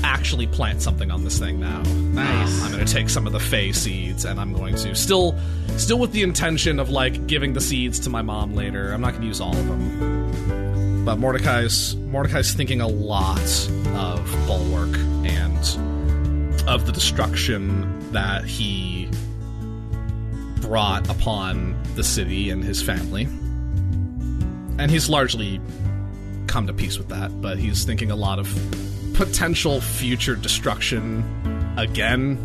Speaker 2: actually plant something on this thing now. Nice. I'm gonna take some of the fey seeds and I'm going to still still with the intention of like giving the seeds to my mom later. I'm not gonna use all of them. But Mordecai's Mordecai's thinking a lot of bulwark and of the destruction that he brought upon the city and his family. And he's largely come to peace with that, but he's thinking a lot of potential future destruction again.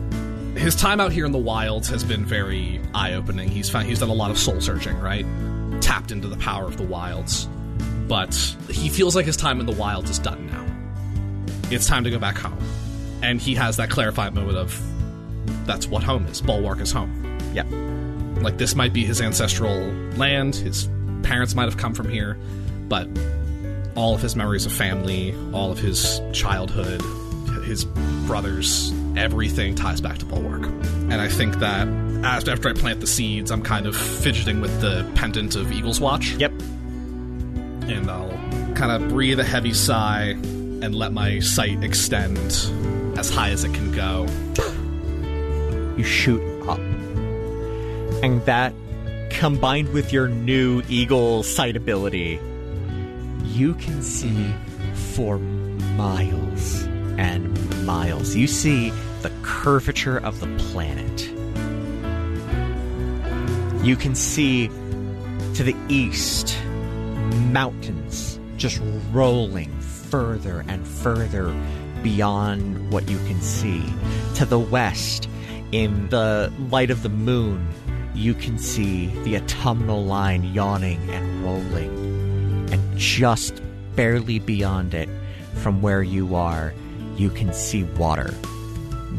Speaker 2: His time out here in the wilds has been very eye-opening. He's found he's done a lot of soul searching, right? Tapped into the power of the wilds. But he feels like his time in the wilds is done now. It's time to go back home. And he has that clarified moment of that's what home is. Bulwark is home.
Speaker 1: Yeah.
Speaker 2: Like this might be his ancestral land. His parents might have come from here, but all of his memories of family, all of his childhood, his brothers, everything ties back to Bulwark. And I think that as, after I plant the seeds, I'm kind of fidgeting with the pendant of Eagle's Watch.
Speaker 1: Yep.
Speaker 2: And I'll kind of breathe a heavy sigh and let my sight extend as high as it can go.
Speaker 1: You shoot up. And that, combined with your new eagle sight ability, you can see for miles and miles. You see the curvature of the planet. You can see to the east mountains just rolling further and further beyond what you can see. To the west, in the light of the moon, you can see the autumnal line yawning and rolling and just barely beyond it from where you are you can see water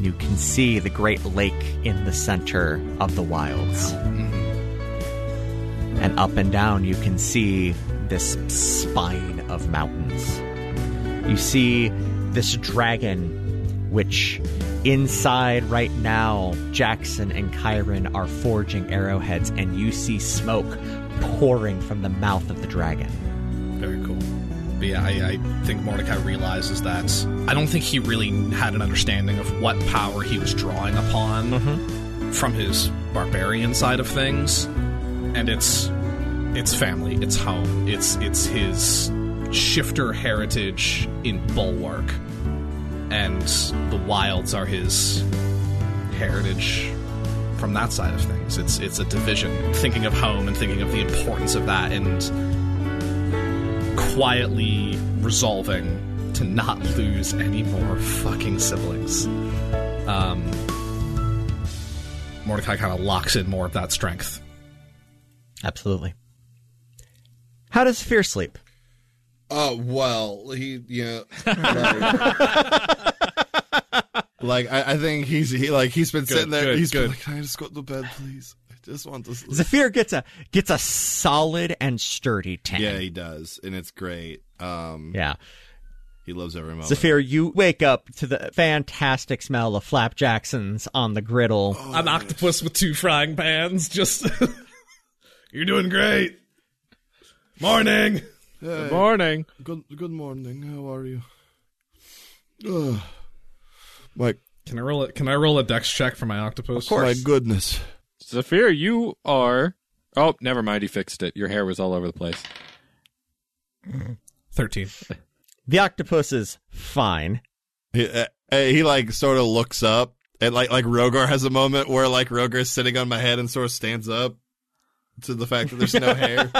Speaker 1: you can see the great lake in the center of the wilds and up and down you can see this spine of mountains you see this dragon which inside right now jackson and chiron are forging arrowheads and you see smoke pouring from the mouth of the dragon
Speaker 2: Very cool. But yeah, I, I think Mordecai realizes that. I don't think he really had an understanding of what power he was drawing upon from his barbarian side of things, and it's it's family, it's home, it's it's his shifter heritage in bulwark, and the wilds are his heritage from that side of things. It's it's a division, thinking of home and thinking of the importance of that, and quietly resolving to not lose any more fucking siblings. Um, Mordecai kind of locks in more of that strength.
Speaker 1: Absolutely. How does Fear sleep?
Speaker 4: Uh, well, he, yeah. Like, like, I, I think he's he like he's been sitting there.
Speaker 2: good,
Speaker 4: He's
Speaker 2: good.
Speaker 4: been like, can I just go to bed, please? I just want to sleep.
Speaker 1: Zephyr gets a gets a solid and sturdy ten.
Speaker 4: Yeah, he does, and it's great. Um,
Speaker 1: Yeah.
Speaker 4: he loves every moment.
Speaker 1: Zephyr, you wake up to the fantastic smell of flapjacksons on the griddle.
Speaker 2: An octopus with two frying pans. Just you're doing great. Morning.
Speaker 4: Hey,
Speaker 5: Morning.
Speaker 4: good, good morning. How are you? Ugh. my
Speaker 2: Can I roll it? Can I roll a dex check for my octopus? Of
Speaker 4: my goodness.
Speaker 5: Zafir, you are. Oh, never mind. He fixed it. Your hair was all over the place.
Speaker 2: Thirteen.
Speaker 1: The octopus is fine.
Speaker 4: He, uh, uh, he like sort of looks up and like like Rogar has a moment where like Rogar's sitting on my head and sort of stands up to the fact that there's no hair.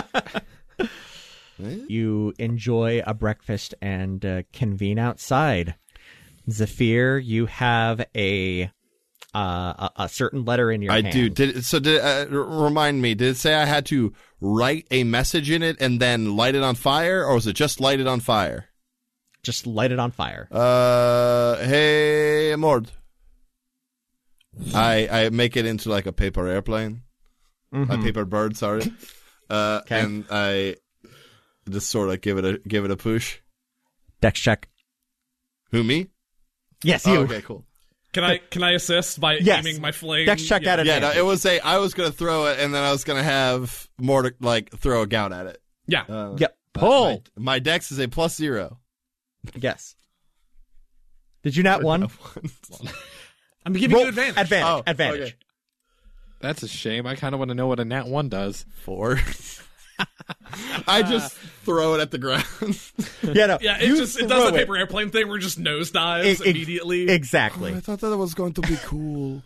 Speaker 1: You enjoy a breakfast and uh, convene outside. Zephyr, you have a uh, a, a certain letter in your
Speaker 4: I
Speaker 1: hand.
Speaker 4: do. Did so? Did uh, r- remind me? Did it say I had to write a message in it and then light it on fire, or was it just light it on fire?
Speaker 1: Just light it on fire.
Speaker 4: Uh, hey, Mord. I I make it into like a paper airplane, a paper bird. Sorry, uh, and I just sort of give it a give it a push.
Speaker 1: Dex check.
Speaker 4: Who me?
Speaker 1: Yes,
Speaker 4: Oh,
Speaker 1: you.
Speaker 4: okay, cool.
Speaker 2: Can I can I assist by
Speaker 1: Yes.
Speaker 2: aiming my flame?
Speaker 1: Dex check
Speaker 2: Yeah.
Speaker 1: at
Speaker 4: Yeah,
Speaker 1: advantage.
Speaker 4: no, it was a. I was gonna throw it, and then I was gonna have more to like throw a gout at it.
Speaker 2: Yeah.
Speaker 4: Uh,
Speaker 1: Yep.
Speaker 4: but
Speaker 5: Pull.
Speaker 4: My, my dex is a plus zero.
Speaker 1: Yes. Did you not one?
Speaker 2: I'm giving
Speaker 1: Roll-
Speaker 2: you advantage.
Speaker 1: Advantage.
Speaker 4: Oh,
Speaker 1: advantage.
Speaker 4: okay.
Speaker 5: That's a shame. I kind of want to know what a nat one does.
Speaker 4: Four. I just throw it at the ground.
Speaker 11: Yeah, no,
Speaker 2: Yeah, it
Speaker 11: you
Speaker 2: just it does the
Speaker 11: throw
Speaker 2: paper airplane thing where it just nosedives
Speaker 11: Ex-
Speaker 2: dives
Speaker 11: ex-
Speaker 2: immediately.
Speaker 4: I
Speaker 11: Exactly.
Speaker 4: thought that was going to be cool.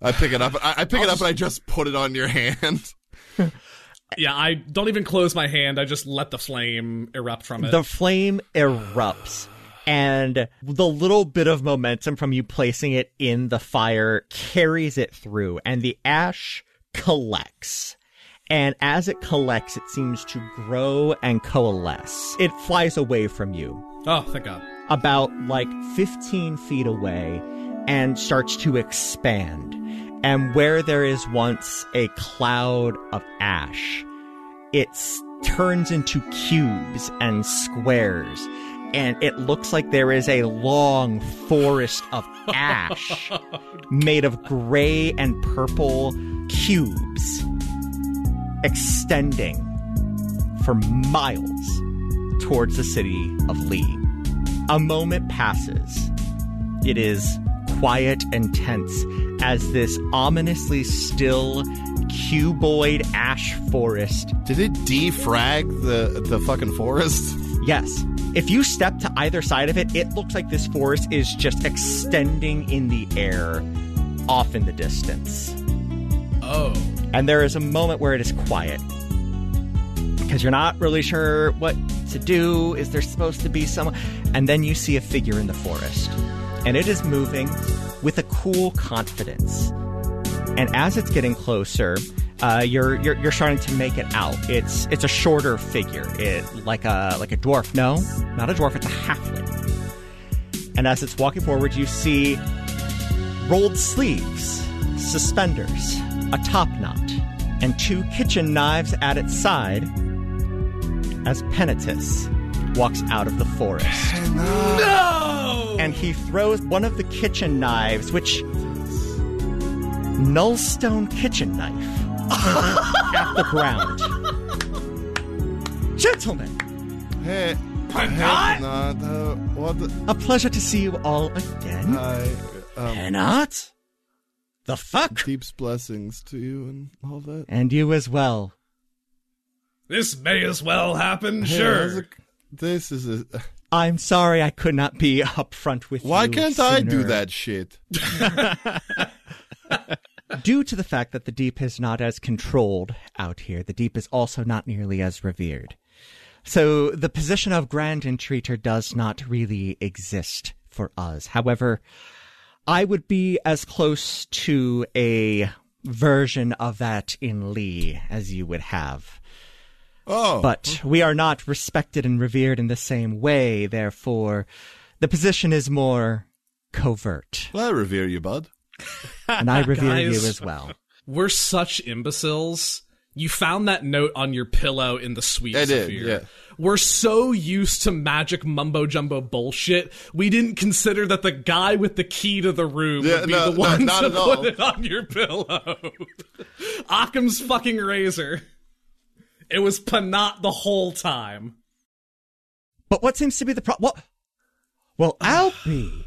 Speaker 4: I pick it up. I, I pick it up and I just put it on your hand.
Speaker 2: yeah, I don't even close my hand. I just let the flame erupt from it.
Speaker 11: The flame erupts, and the little bit of momentum from you placing it in the fire carries it through, and the ash collects. And as it collects, it seems to grow and coalesce. It flies away from you.
Speaker 2: oh, thank God.
Speaker 11: about like 15 feet away and starts to expand. And where there is once a cloud of ash, it s- turns into cubes and squares. And it looks like there is a long forest of ash made of gray and purple cubes extending for miles towards the city of Lee. A moment passes. It is quiet and tense as this ominously still cuboid ash forest.
Speaker 4: Did it defrag the the fucking forest?
Speaker 11: Yes, if you step to either side of it, it looks like this forest is just extending in the air off in the distance.
Speaker 2: Oh,
Speaker 11: And there is a moment where it is quiet. Because you're not really sure what to do. Is there supposed to be someone? And then you see a figure in the forest. And it is moving with a cool confidence. And as it's getting closer, uh, you're, you're you're starting to make it out. It's it's a shorter figure. It like a like a dwarf. No, not a dwarf. It's a halfling. And as it's walking forward, you see rolled sleeves, suspenders, a top knot, and two kitchen knives at its side as Penitus walks out of the forest. No! And he throws one of the kitchen knives, which nullstone kitchen knife, at the ground. Gentlemen,
Speaker 4: Hey, not. not uh, what? The,
Speaker 11: a pleasure to see you all again.
Speaker 4: I um,
Speaker 11: Penot? The fuck?
Speaker 4: deeps blessings to you and all that.
Speaker 11: And you as well.
Speaker 2: this may as well happen.
Speaker 4: Hey, how's
Speaker 2: sure.
Speaker 4: it- this is a.
Speaker 11: I'm sorry I could not be upfront with
Speaker 4: Why
Speaker 11: you.
Speaker 4: can't I do
Speaker 11: sooner.
Speaker 4: that shit?
Speaker 11: Due to the fact that the deep is not as controlled out here, the deep is also not nearly as revered. So the position of grand entreater does not really exist for us. However, I would be as close to a version of that in Lee as you would have.
Speaker 4: Oh,
Speaker 11: But we are not respected and revered in the same way, therefore, the position is more covert.
Speaker 4: well, I revere you, bud.
Speaker 11: And I revere you
Speaker 2: Guys.
Speaker 11: as well.
Speaker 2: We're such imbeciles. You found that note on your pillow in the suite.
Speaker 4: I did,
Speaker 2: Zephyr.
Speaker 4: yeah.
Speaker 2: We're so used to magic mumbo jumbo bullshit, we didn't consider that the guy with the key to the room
Speaker 4: Yeah,
Speaker 2: would be
Speaker 4: no,
Speaker 2: the
Speaker 4: no,
Speaker 2: one
Speaker 4: not
Speaker 2: to
Speaker 4: at all.
Speaker 2: put it on your pillow. Occam's fucking razor. It was Panat the whole time.
Speaker 11: But what seems to be the problem? What? Well, Albie,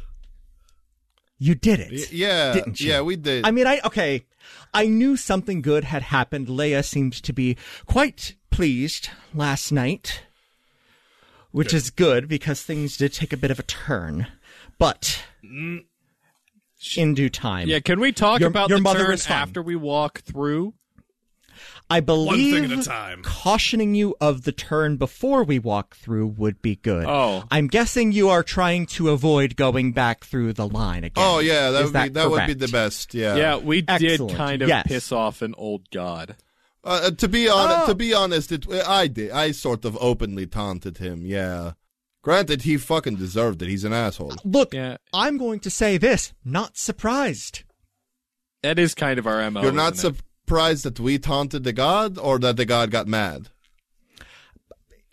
Speaker 11: you did it.
Speaker 4: Y- yeah,
Speaker 11: didn't you?
Speaker 4: yeah, we did.
Speaker 11: I mean, I okay. I knew something good had happened. Leia seems to be quite pleased last night, which is good because things did take a bit of a turn. But in due time,
Speaker 12: Yeah, can we talk
Speaker 11: Your-
Speaker 12: about
Speaker 11: your
Speaker 12: the
Speaker 11: mother
Speaker 12: turn
Speaker 11: is fine.
Speaker 12: after we walk through?
Speaker 11: I
Speaker 2: One
Speaker 11: believe
Speaker 2: thing at a time.
Speaker 11: cautioning you of the turn before we walk through would be good.
Speaker 12: Oh.
Speaker 11: I'm guessing you are trying to avoid going back through the line again.
Speaker 4: oh yeah, that
Speaker 11: Is
Speaker 4: would be that would be
Speaker 11: correct?
Speaker 4: the best. Yeah.
Speaker 12: yeah, we
Speaker 11: excellent.
Speaker 12: did kind of
Speaker 11: Yes.
Speaker 12: piss off an old god.
Speaker 4: Uh, to be honest, to be honest, it, I did. I sort of openly taunted him. Yeah. Granted, he fucking deserved it. He's an asshole.
Speaker 11: Look,
Speaker 12: Yeah.
Speaker 11: I'm going to say this, not surprised.
Speaker 12: That is kind of our mo.
Speaker 4: You're not
Speaker 12: isn't it?
Speaker 4: surprised that we taunted the god, or that the god got mad.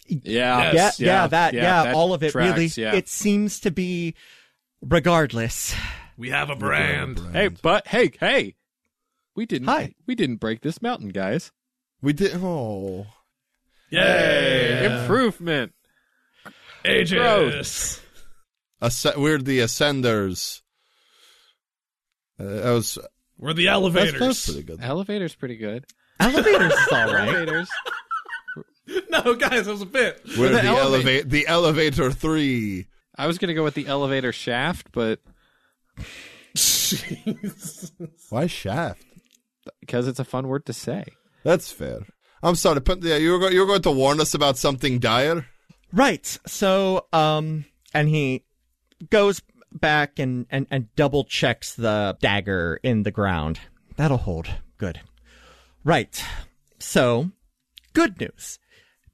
Speaker 12: yeah,
Speaker 11: yeah,
Speaker 12: yes,
Speaker 11: yeah, that, yeah,
Speaker 12: that
Speaker 11: all of it
Speaker 12: tracks,
Speaker 11: really.
Speaker 12: Yeah.
Speaker 11: It seems to be regardless.
Speaker 2: We have a brand.
Speaker 12: hey, but hey, hey, we didn't.
Speaker 11: Hi.
Speaker 12: we didn't break this mountain, guys.
Speaker 4: We did. Oh,
Speaker 2: Yay!
Speaker 12: Improvement.
Speaker 2: Aegis!
Speaker 4: Asc- we're the ascenders. Uh, that was
Speaker 2: We're the
Speaker 4: that's,
Speaker 2: elevators.
Speaker 4: that's pretty good.
Speaker 12: Elevator's pretty good.
Speaker 11: Elevators is all right.
Speaker 12: Elevators.
Speaker 2: No, guys, it was a bit.
Speaker 4: Where the, elevate the elevator three.
Speaker 12: I was gonna go with the elevator shaft, but
Speaker 4: Why shaft?
Speaker 12: because it's a fun word to say.
Speaker 4: That's fair. I'm sorry, but yeah, you were go- you were going to warn us about something dire.
Speaker 11: Right. So, um, and he goes back and, and, and double checks the dagger in the ground. That'll hold. Good. Right. So, good news.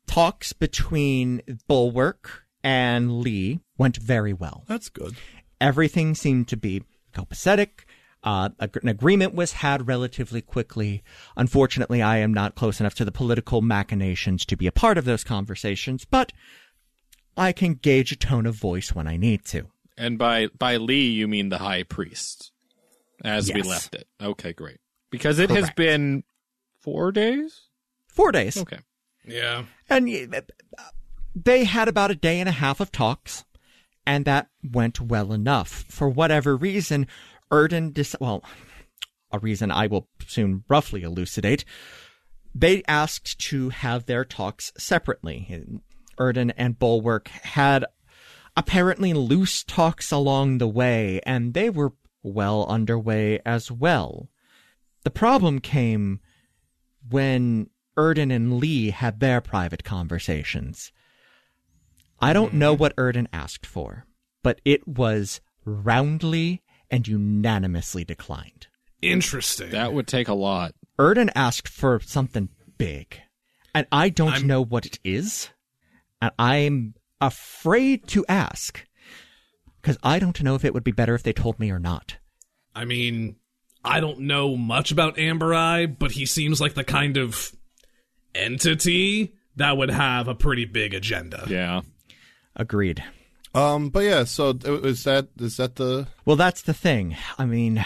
Speaker 11: Talks between Bulwark and Lee went very well.
Speaker 4: That's good.
Speaker 11: Everything seemed to be copacetic. Uh, ag- an agreement was had relatively quickly. Unfortunately, I am not close enough to the political machinations to be a part of those conversations, but I can gauge a tone of voice when I need to.
Speaker 12: And by by Lee, you mean the high priest, as we
Speaker 11: Yes.
Speaker 12: left it. Okay, great. Because it has been four days.
Speaker 11: Four days.
Speaker 12: Okay.
Speaker 2: Yeah.
Speaker 11: And y- uh, they had about a day and a half of talks, and that went well enough. For whatever reason, Erden dis- well, a reason I will soon roughly elucidate. They asked to have their talks separately. Erden and Bulwark had apparently loose talks along the way, and they were well underway as well. The problem came when Erden and Lee had their private conversations. I don't know what Erden asked for, but it was roundly and unanimously declined.
Speaker 2: Interesting.
Speaker 12: That would take a lot.
Speaker 11: Erden asked for something big, and I don't
Speaker 2: I'm-
Speaker 11: know what it is, and I'm afraid to ask because I don't know if it would be better if they told me or not.
Speaker 2: I mean, I don't know much about Amber Eye, but he seems like the kind of entity that would have a pretty big agenda.
Speaker 12: Yeah.
Speaker 11: Agreed.
Speaker 4: Um, but yeah, so th- is that is that the
Speaker 11: Well, that's the thing. I mean,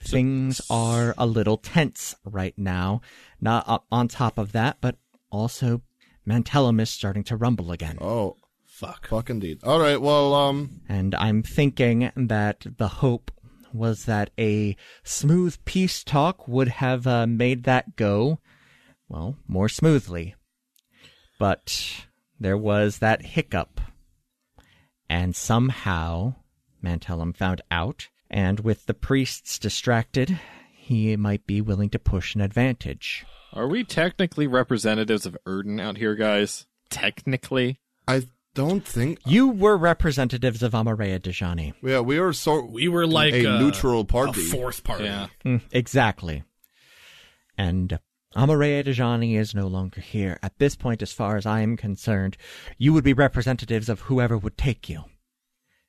Speaker 11: things are a little tense right now. Not up on top of that, but also Mantellum is starting to rumble again.
Speaker 4: oh
Speaker 2: Fuck.
Speaker 4: fuck indeed? All right, well um
Speaker 11: And I'm thinking that the hope was that a smooth peace talk would have uh, made that go, well, more smoothly. But there was that hiccup. And somehow, Mantellum found out, and with the priests distracted, he might be willing to push an advantage.
Speaker 12: Are we technically representatives of Erden out here, guys? Technically.
Speaker 4: I don't think
Speaker 11: You were representatives of Amareya Dejani.
Speaker 4: yeah we are so
Speaker 2: We were like
Speaker 4: a
Speaker 2: a,
Speaker 4: neutral party.
Speaker 2: a fourth party.
Speaker 12: Yeah.
Speaker 11: Mm, exactly. And uh, Amareya Dejani is no longer here. At this point, as far as I am concerned, you would be representatives of whoever would take you.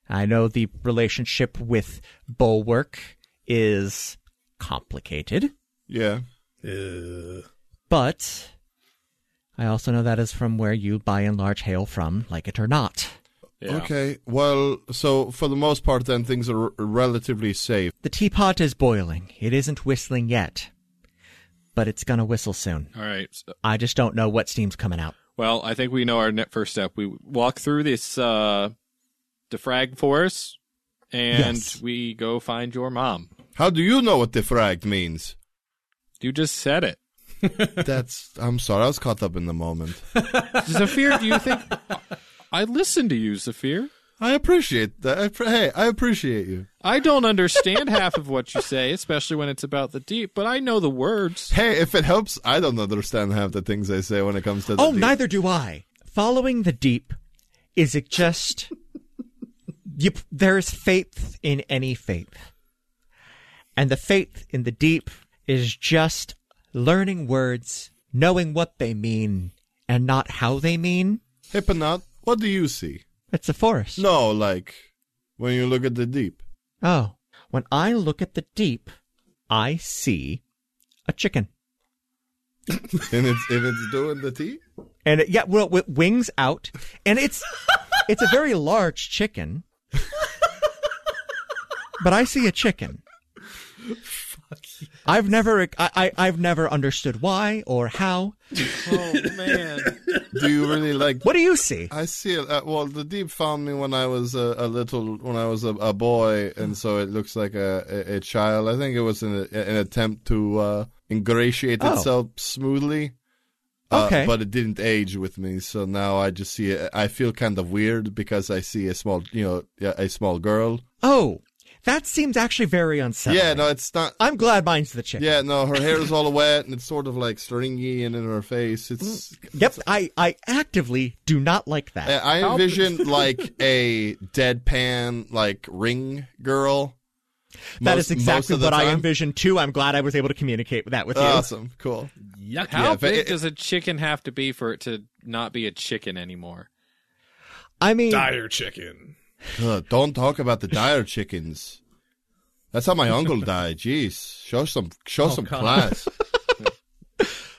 Speaker 11: I know the relationship with Bulwark is complicated,
Speaker 4: yeah
Speaker 2: Uh,
Speaker 11: but I also know that is from where you by and large hail from, like it or not.
Speaker 12: Yeah.
Speaker 4: okay well so for the most part then things are r- relatively safe.
Speaker 11: The teapot is boiling. It isn't whistling yet, but it's gonna whistle soon.
Speaker 12: All right. so-
Speaker 11: I just don't know what steam's coming out.
Speaker 12: well, I think we know our net first step. We walk through this uh, defrag force, and
Speaker 11: Yes.
Speaker 12: we go find your mom.
Speaker 4: How do you know what defrag means?
Speaker 12: You just said it.
Speaker 4: That's I'm sorry I was caught up in the moment.
Speaker 12: Zafir, do you think I listened to you, Zafir?
Speaker 4: I appreciate that. I, appre- hey, I appreciate you.
Speaker 12: I don't understand half of what you say, especially when it's about the deep, but I know the words.
Speaker 4: Hey, if it helps, I don't understand half the things I say when it comes to. The
Speaker 11: Oh,
Speaker 4: deep.
Speaker 11: neither do I. Following the deep, is it just you, there is faith in any faith, and the faith in the deep is just learning words, knowing what they mean, and not how they mean.
Speaker 4: Hipponaut, what do you see?
Speaker 11: It's a forest.
Speaker 4: No, like when you look at the deep.
Speaker 11: Oh, when I look at the deep, I see a chicken,
Speaker 4: and it's if it's doing the tea.
Speaker 11: and it, yeah, well, with wings out, and it's it's a very large chicken, but I see a chicken. I've never, I, I, I've never understood why or how.
Speaker 12: Oh man.
Speaker 4: Do you really like?
Speaker 11: What do you see?
Speaker 4: I see it. Uh, well, the deep found me when I was a, a little, when I was a, a boy, and so it looks like a, a, a child. I think it was an, an attempt to uh, ingratiate
Speaker 11: Oh.
Speaker 4: itself smoothly. Uh,
Speaker 11: Okay.
Speaker 4: But it didn't age with me, so now I just see. It, I feel kind of weird because I see a small, you know, yeah, a small girl.
Speaker 11: Oh, that seems actually very unsettling.
Speaker 4: Yeah, no, it's not.
Speaker 11: I'm glad mine's the chick.
Speaker 4: Yeah, no, her hair is all wet and it's sort of like stringy and in her face. It's
Speaker 11: Yep, I, I actively do not like that.
Speaker 4: I- I envision like a deadpan like ring girl.
Speaker 11: that
Speaker 4: most-
Speaker 11: is
Speaker 4: most
Speaker 11: exactly
Speaker 4: of the
Speaker 11: what I
Speaker 4: time. Uh,
Speaker 11: envisioned too. I'm glad I was able to communicate that with you.
Speaker 4: Awesome, cool.
Speaker 7: Yuck.
Speaker 4: Yeah,
Speaker 5: How
Speaker 4: if
Speaker 5: big
Speaker 4: it-
Speaker 5: does a chicken have to be for it to not be a chicken anymore?
Speaker 11: I mean,
Speaker 7: Dire chicken.
Speaker 4: Ugh, don't talk about the dire chickens. That's how my uncle died. Jeez, show some show some
Speaker 7: God.
Speaker 4: class.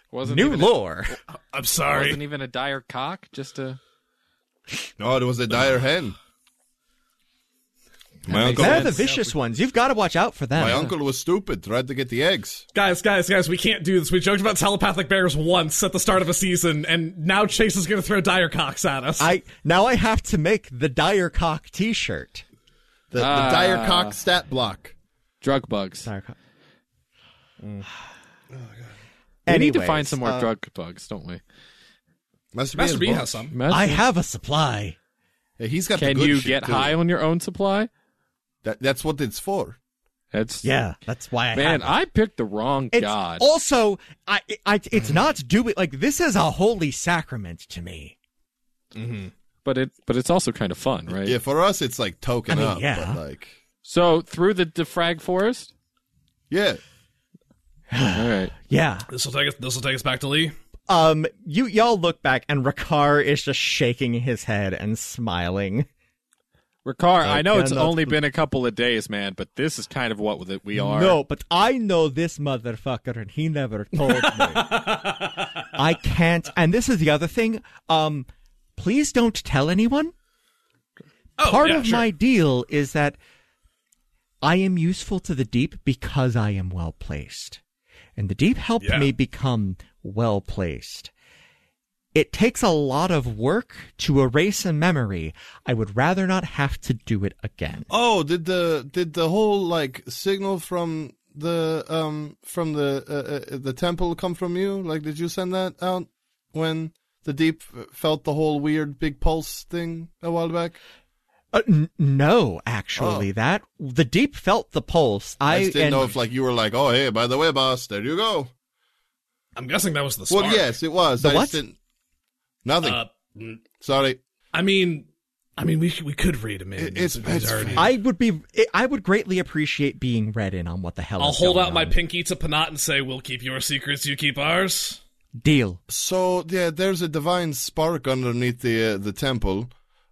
Speaker 5: Wasn't
Speaker 11: new
Speaker 5: even
Speaker 11: lore.
Speaker 7: I'm
Speaker 5: A,
Speaker 7: sorry.
Speaker 5: wasn't even a dire cock, just a
Speaker 4: No, it was a dire hen. My uncle,
Speaker 11: They're the vicious ones. You've got to watch out for them.
Speaker 4: my uncle was stupid. Tried to get the eggs.
Speaker 7: Guys, guys, guys, we can't do this. We joked about telepathic bears once at the start of a season, and now Chase is going to throw dire cocks at us.
Speaker 11: I now I have to make the dire cock T-shirt.
Speaker 4: The, the dire cock stat block.
Speaker 5: drug bugs.
Speaker 11: Dire cock.
Speaker 5: We
Speaker 11: Anyways, uh,
Speaker 5: need to find some more drug bugs, don't we?
Speaker 4: Master,
Speaker 7: Master B
Speaker 4: boss.
Speaker 7: has some.
Speaker 11: I have a supply.
Speaker 4: Yeah, he's got.
Speaker 5: Can
Speaker 4: the good
Speaker 5: you
Speaker 4: shit,
Speaker 5: get
Speaker 4: too.
Speaker 5: high on your own supply?
Speaker 4: That, that's what it's for.
Speaker 5: That's
Speaker 11: Yeah, that's why I
Speaker 5: Man,
Speaker 11: have. it.
Speaker 5: I picked the wrong
Speaker 11: It's
Speaker 5: god.
Speaker 11: also I, I it's not doing like this is a holy sacrament to me.
Speaker 5: but it but it's also kind of fun, right?
Speaker 4: Yeah, for us it's like token
Speaker 11: I mean,
Speaker 4: up,
Speaker 11: yeah.
Speaker 4: but like
Speaker 5: So through the defrag forest.
Speaker 4: yeah.
Speaker 5: All right.
Speaker 11: Yeah.
Speaker 7: This will take us. This will take us back to Lee.
Speaker 11: Um you y'all look back and Rakar is just shaking his head and smiling.
Speaker 5: Ricard, I know it's
Speaker 11: cannot
Speaker 5: only been a couple of days, man, but this is kind of what that we are.
Speaker 11: No, but I know this motherfucker, and he never told me. I can't. And this is the other thing. Um, please don't tell anyone.
Speaker 7: Oh,
Speaker 11: Part
Speaker 7: yeah,
Speaker 11: of
Speaker 7: sure.
Speaker 11: my deal is that I am useful to the deep because I am well placed, and the deep helped
Speaker 7: Yeah.
Speaker 11: me become well placed. It takes a lot of work to erase a memory. I would rather not have to do it again.
Speaker 4: Oh, did the did the whole like signal from the um from the uh, uh, the temple come from you? Like, did you send that out when the deep felt the whole weird big pulse thing a while back?
Speaker 11: Uh, n- no, actually, that the deep felt the pulse. I,
Speaker 4: Oh. I, just didn't
Speaker 11: and-
Speaker 4: know if like you were like, oh hey, by the way, boss, there you go.
Speaker 7: I'm guessing that was the spark.
Speaker 4: Well, yes, it was.
Speaker 11: The
Speaker 4: I
Speaker 11: what?
Speaker 4: Just didn't, nothing.
Speaker 7: Uh,
Speaker 4: Sorry.
Speaker 7: I mean, I mean, we c- we could read him in.
Speaker 4: It- it's-
Speaker 7: He's
Speaker 4: it's
Speaker 7: already-
Speaker 11: I would be. eh, I would greatly appreciate being read in on what the hell.
Speaker 7: I'll
Speaker 11: is
Speaker 7: hold
Speaker 11: going
Speaker 7: out my
Speaker 11: on.
Speaker 7: pinky to Panat and say, "We'll keep your secrets. You keep ours."
Speaker 11: Deal.
Speaker 4: So yeah, there's a divine spark underneath the uh, the temple.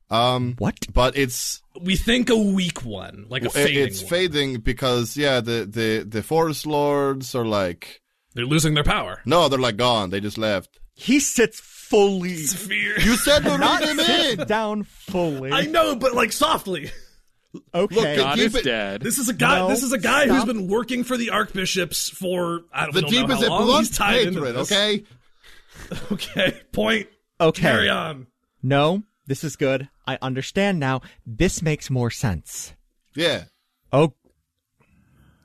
Speaker 4: Um,
Speaker 11: What?
Speaker 4: but it's
Speaker 7: We think a weak one, like a
Speaker 4: Well, it-
Speaker 7: fading
Speaker 4: it's
Speaker 7: one.
Speaker 4: fading because yeah the, the the forest lords are like
Speaker 7: They're losing their power.
Speaker 4: no they're like gone they just left
Speaker 11: He sits fully.
Speaker 7: Fear.
Speaker 4: you said to read
Speaker 11: Not
Speaker 4: them
Speaker 11: sits
Speaker 4: in
Speaker 11: down fully.
Speaker 7: I know, but like softly.
Speaker 11: okay.
Speaker 4: Look,
Speaker 5: God
Speaker 4: Keep
Speaker 5: is
Speaker 4: it-
Speaker 5: dead.
Speaker 7: This is a guy.
Speaker 11: No,
Speaker 7: this is a guy
Speaker 11: stop.
Speaker 7: who's been working for the archbishops for I don't,
Speaker 4: the
Speaker 7: we don't
Speaker 4: deep
Speaker 7: know
Speaker 4: is a
Speaker 7: how long. He's
Speaker 4: blunt
Speaker 7: tied into
Speaker 4: hatred
Speaker 7: this.
Speaker 4: okay
Speaker 7: Okay. Point.
Speaker 11: okay.
Speaker 7: Carry on.
Speaker 11: No, this is good. I understand now. This makes more sense.
Speaker 4: yeah
Speaker 11: Oh,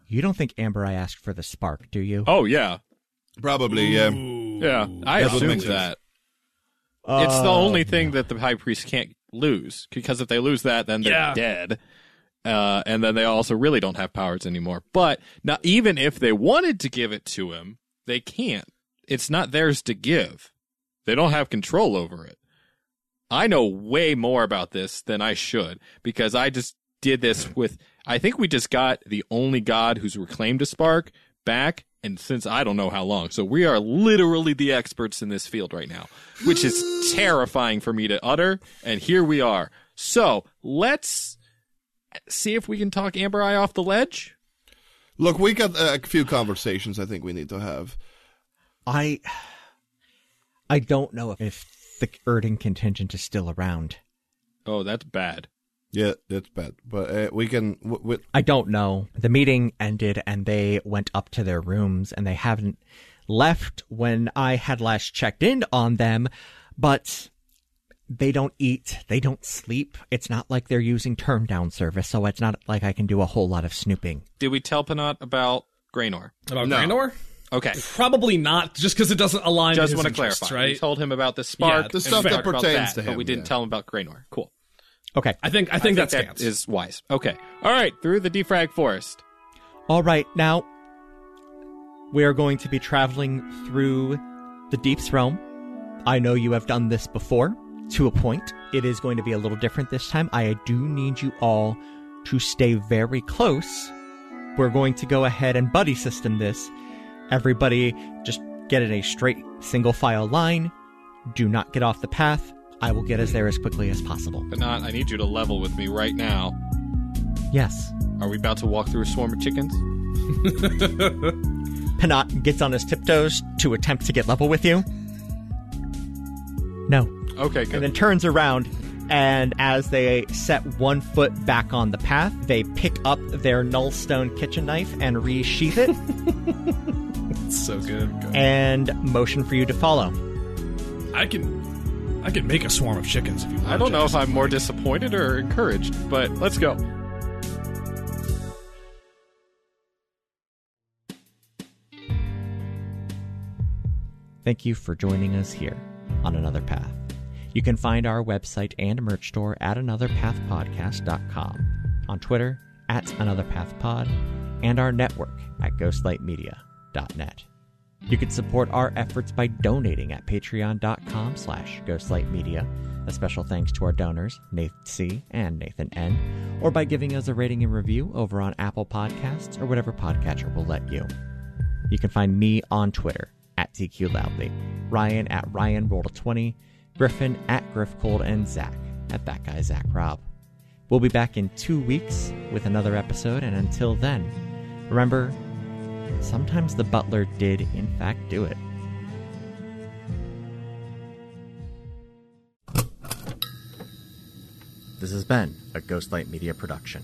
Speaker 11: you don't think Amber? I asked for the spark, do you?
Speaker 5: Oh yeah.
Speaker 4: probably yeah
Speaker 5: Yeah. I
Speaker 4: That's what
Speaker 5: assumed
Speaker 4: makes sense. Uh,
Speaker 5: that. it's the only thing that the high priest can't lose because if they lose that then they're
Speaker 7: Yeah.
Speaker 5: dead uh, and then they also really don't have powers anymore but not even if they wanted to give it to him they can't it's not theirs to give they don't have control over it i know way more about this than i should because i just did this with i think we just got the only god who's reclaimed a spark back and since i don't know how long so we are literally the experts in this field right now which is terrifying for me to utter. And here we are. So let's see if we can talk Amber Eye off the ledge.
Speaker 4: look we got uh, a few conversations i think we need to have
Speaker 11: I I don't know if, if the Erding contingent is still around.
Speaker 5: Oh, that's bad.
Speaker 4: yeah that's bad but uh, we can w- w-
Speaker 11: I don't know. The meeting ended and they went up to their rooms and they haven't left when I had last checked in on them, but they don't eat, they don't sleep. It's not like they're using turn down service, so it's not like I can do a whole lot of snooping.
Speaker 5: Did we tell Panat about Graynor?
Speaker 7: About
Speaker 4: No.
Speaker 7: Granor?
Speaker 12: Okay.
Speaker 2: Probably not, just because it doesn't align.
Speaker 12: Just
Speaker 2: with
Speaker 12: want to
Speaker 2: his interests,
Speaker 12: clarify. We
Speaker 2: right?
Speaker 12: told him about the spark.
Speaker 2: Yeah, the
Speaker 12: and we
Speaker 4: stuff that
Speaker 12: talked about
Speaker 4: pertains to
Speaker 12: but we
Speaker 4: him,
Speaker 12: didn't
Speaker 4: yeah.
Speaker 12: tell him about Graynor. Cool.
Speaker 1: Okay.
Speaker 2: I think I think, that stands.
Speaker 12: that is wise. Okay. All right. Through the defrag forest.
Speaker 1: All right, now we are going to be traveling through the Deep's realm. I know you have done this before to a point. It is going to be a little different this time. I do need you all to stay very close. We're going to go ahead and buddy system this. Everybody just get in a straight single file line. Do not get off the path. I will get us there as quickly as possible.
Speaker 12: But not. I need you to level with me right now.
Speaker 1: Yes.
Speaker 12: Are we about to walk through a swarm of chickens?
Speaker 1: Panat gets on his tiptoes to attempt to get level with you. No.
Speaker 12: Okay. Good.
Speaker 1: And then turns around, and as they set one foot back on the path, they pick up their nullstone kitchen knife and resheath it,
Speaker 2: so good.
Speaker 1: and motion for you to follow.
Speaker 2: I can I can make a swarm of chickens if you want.
Speaker 12: I don't know if I'm more disappointed or encouraged, but let's go.
Speaker 1: Thank you for joining us here on Another Path. You can find our website and merch store at anotherpathpodcast.com, on Twitter at anotherpathpod, and our network at ghostlightmedia.net. You can support our efforts by donating at patreon.com slash ghostlightmedia. A special thanks to our donors, Nathan C. and Nathan N., or by giving us a rating and review over on Apple Podcasts or whatever podcatcher will let you. You can find me on Twitter at TQ Loudly, Ryan at Ryan Roll 20, Griffin at Griff Cold, and Zach at that guy Zach Rob. We'll be back in two weeks with another episode, and until then, remember, sometimes the butler did in fact do it. This has been a Ghostlight Media production.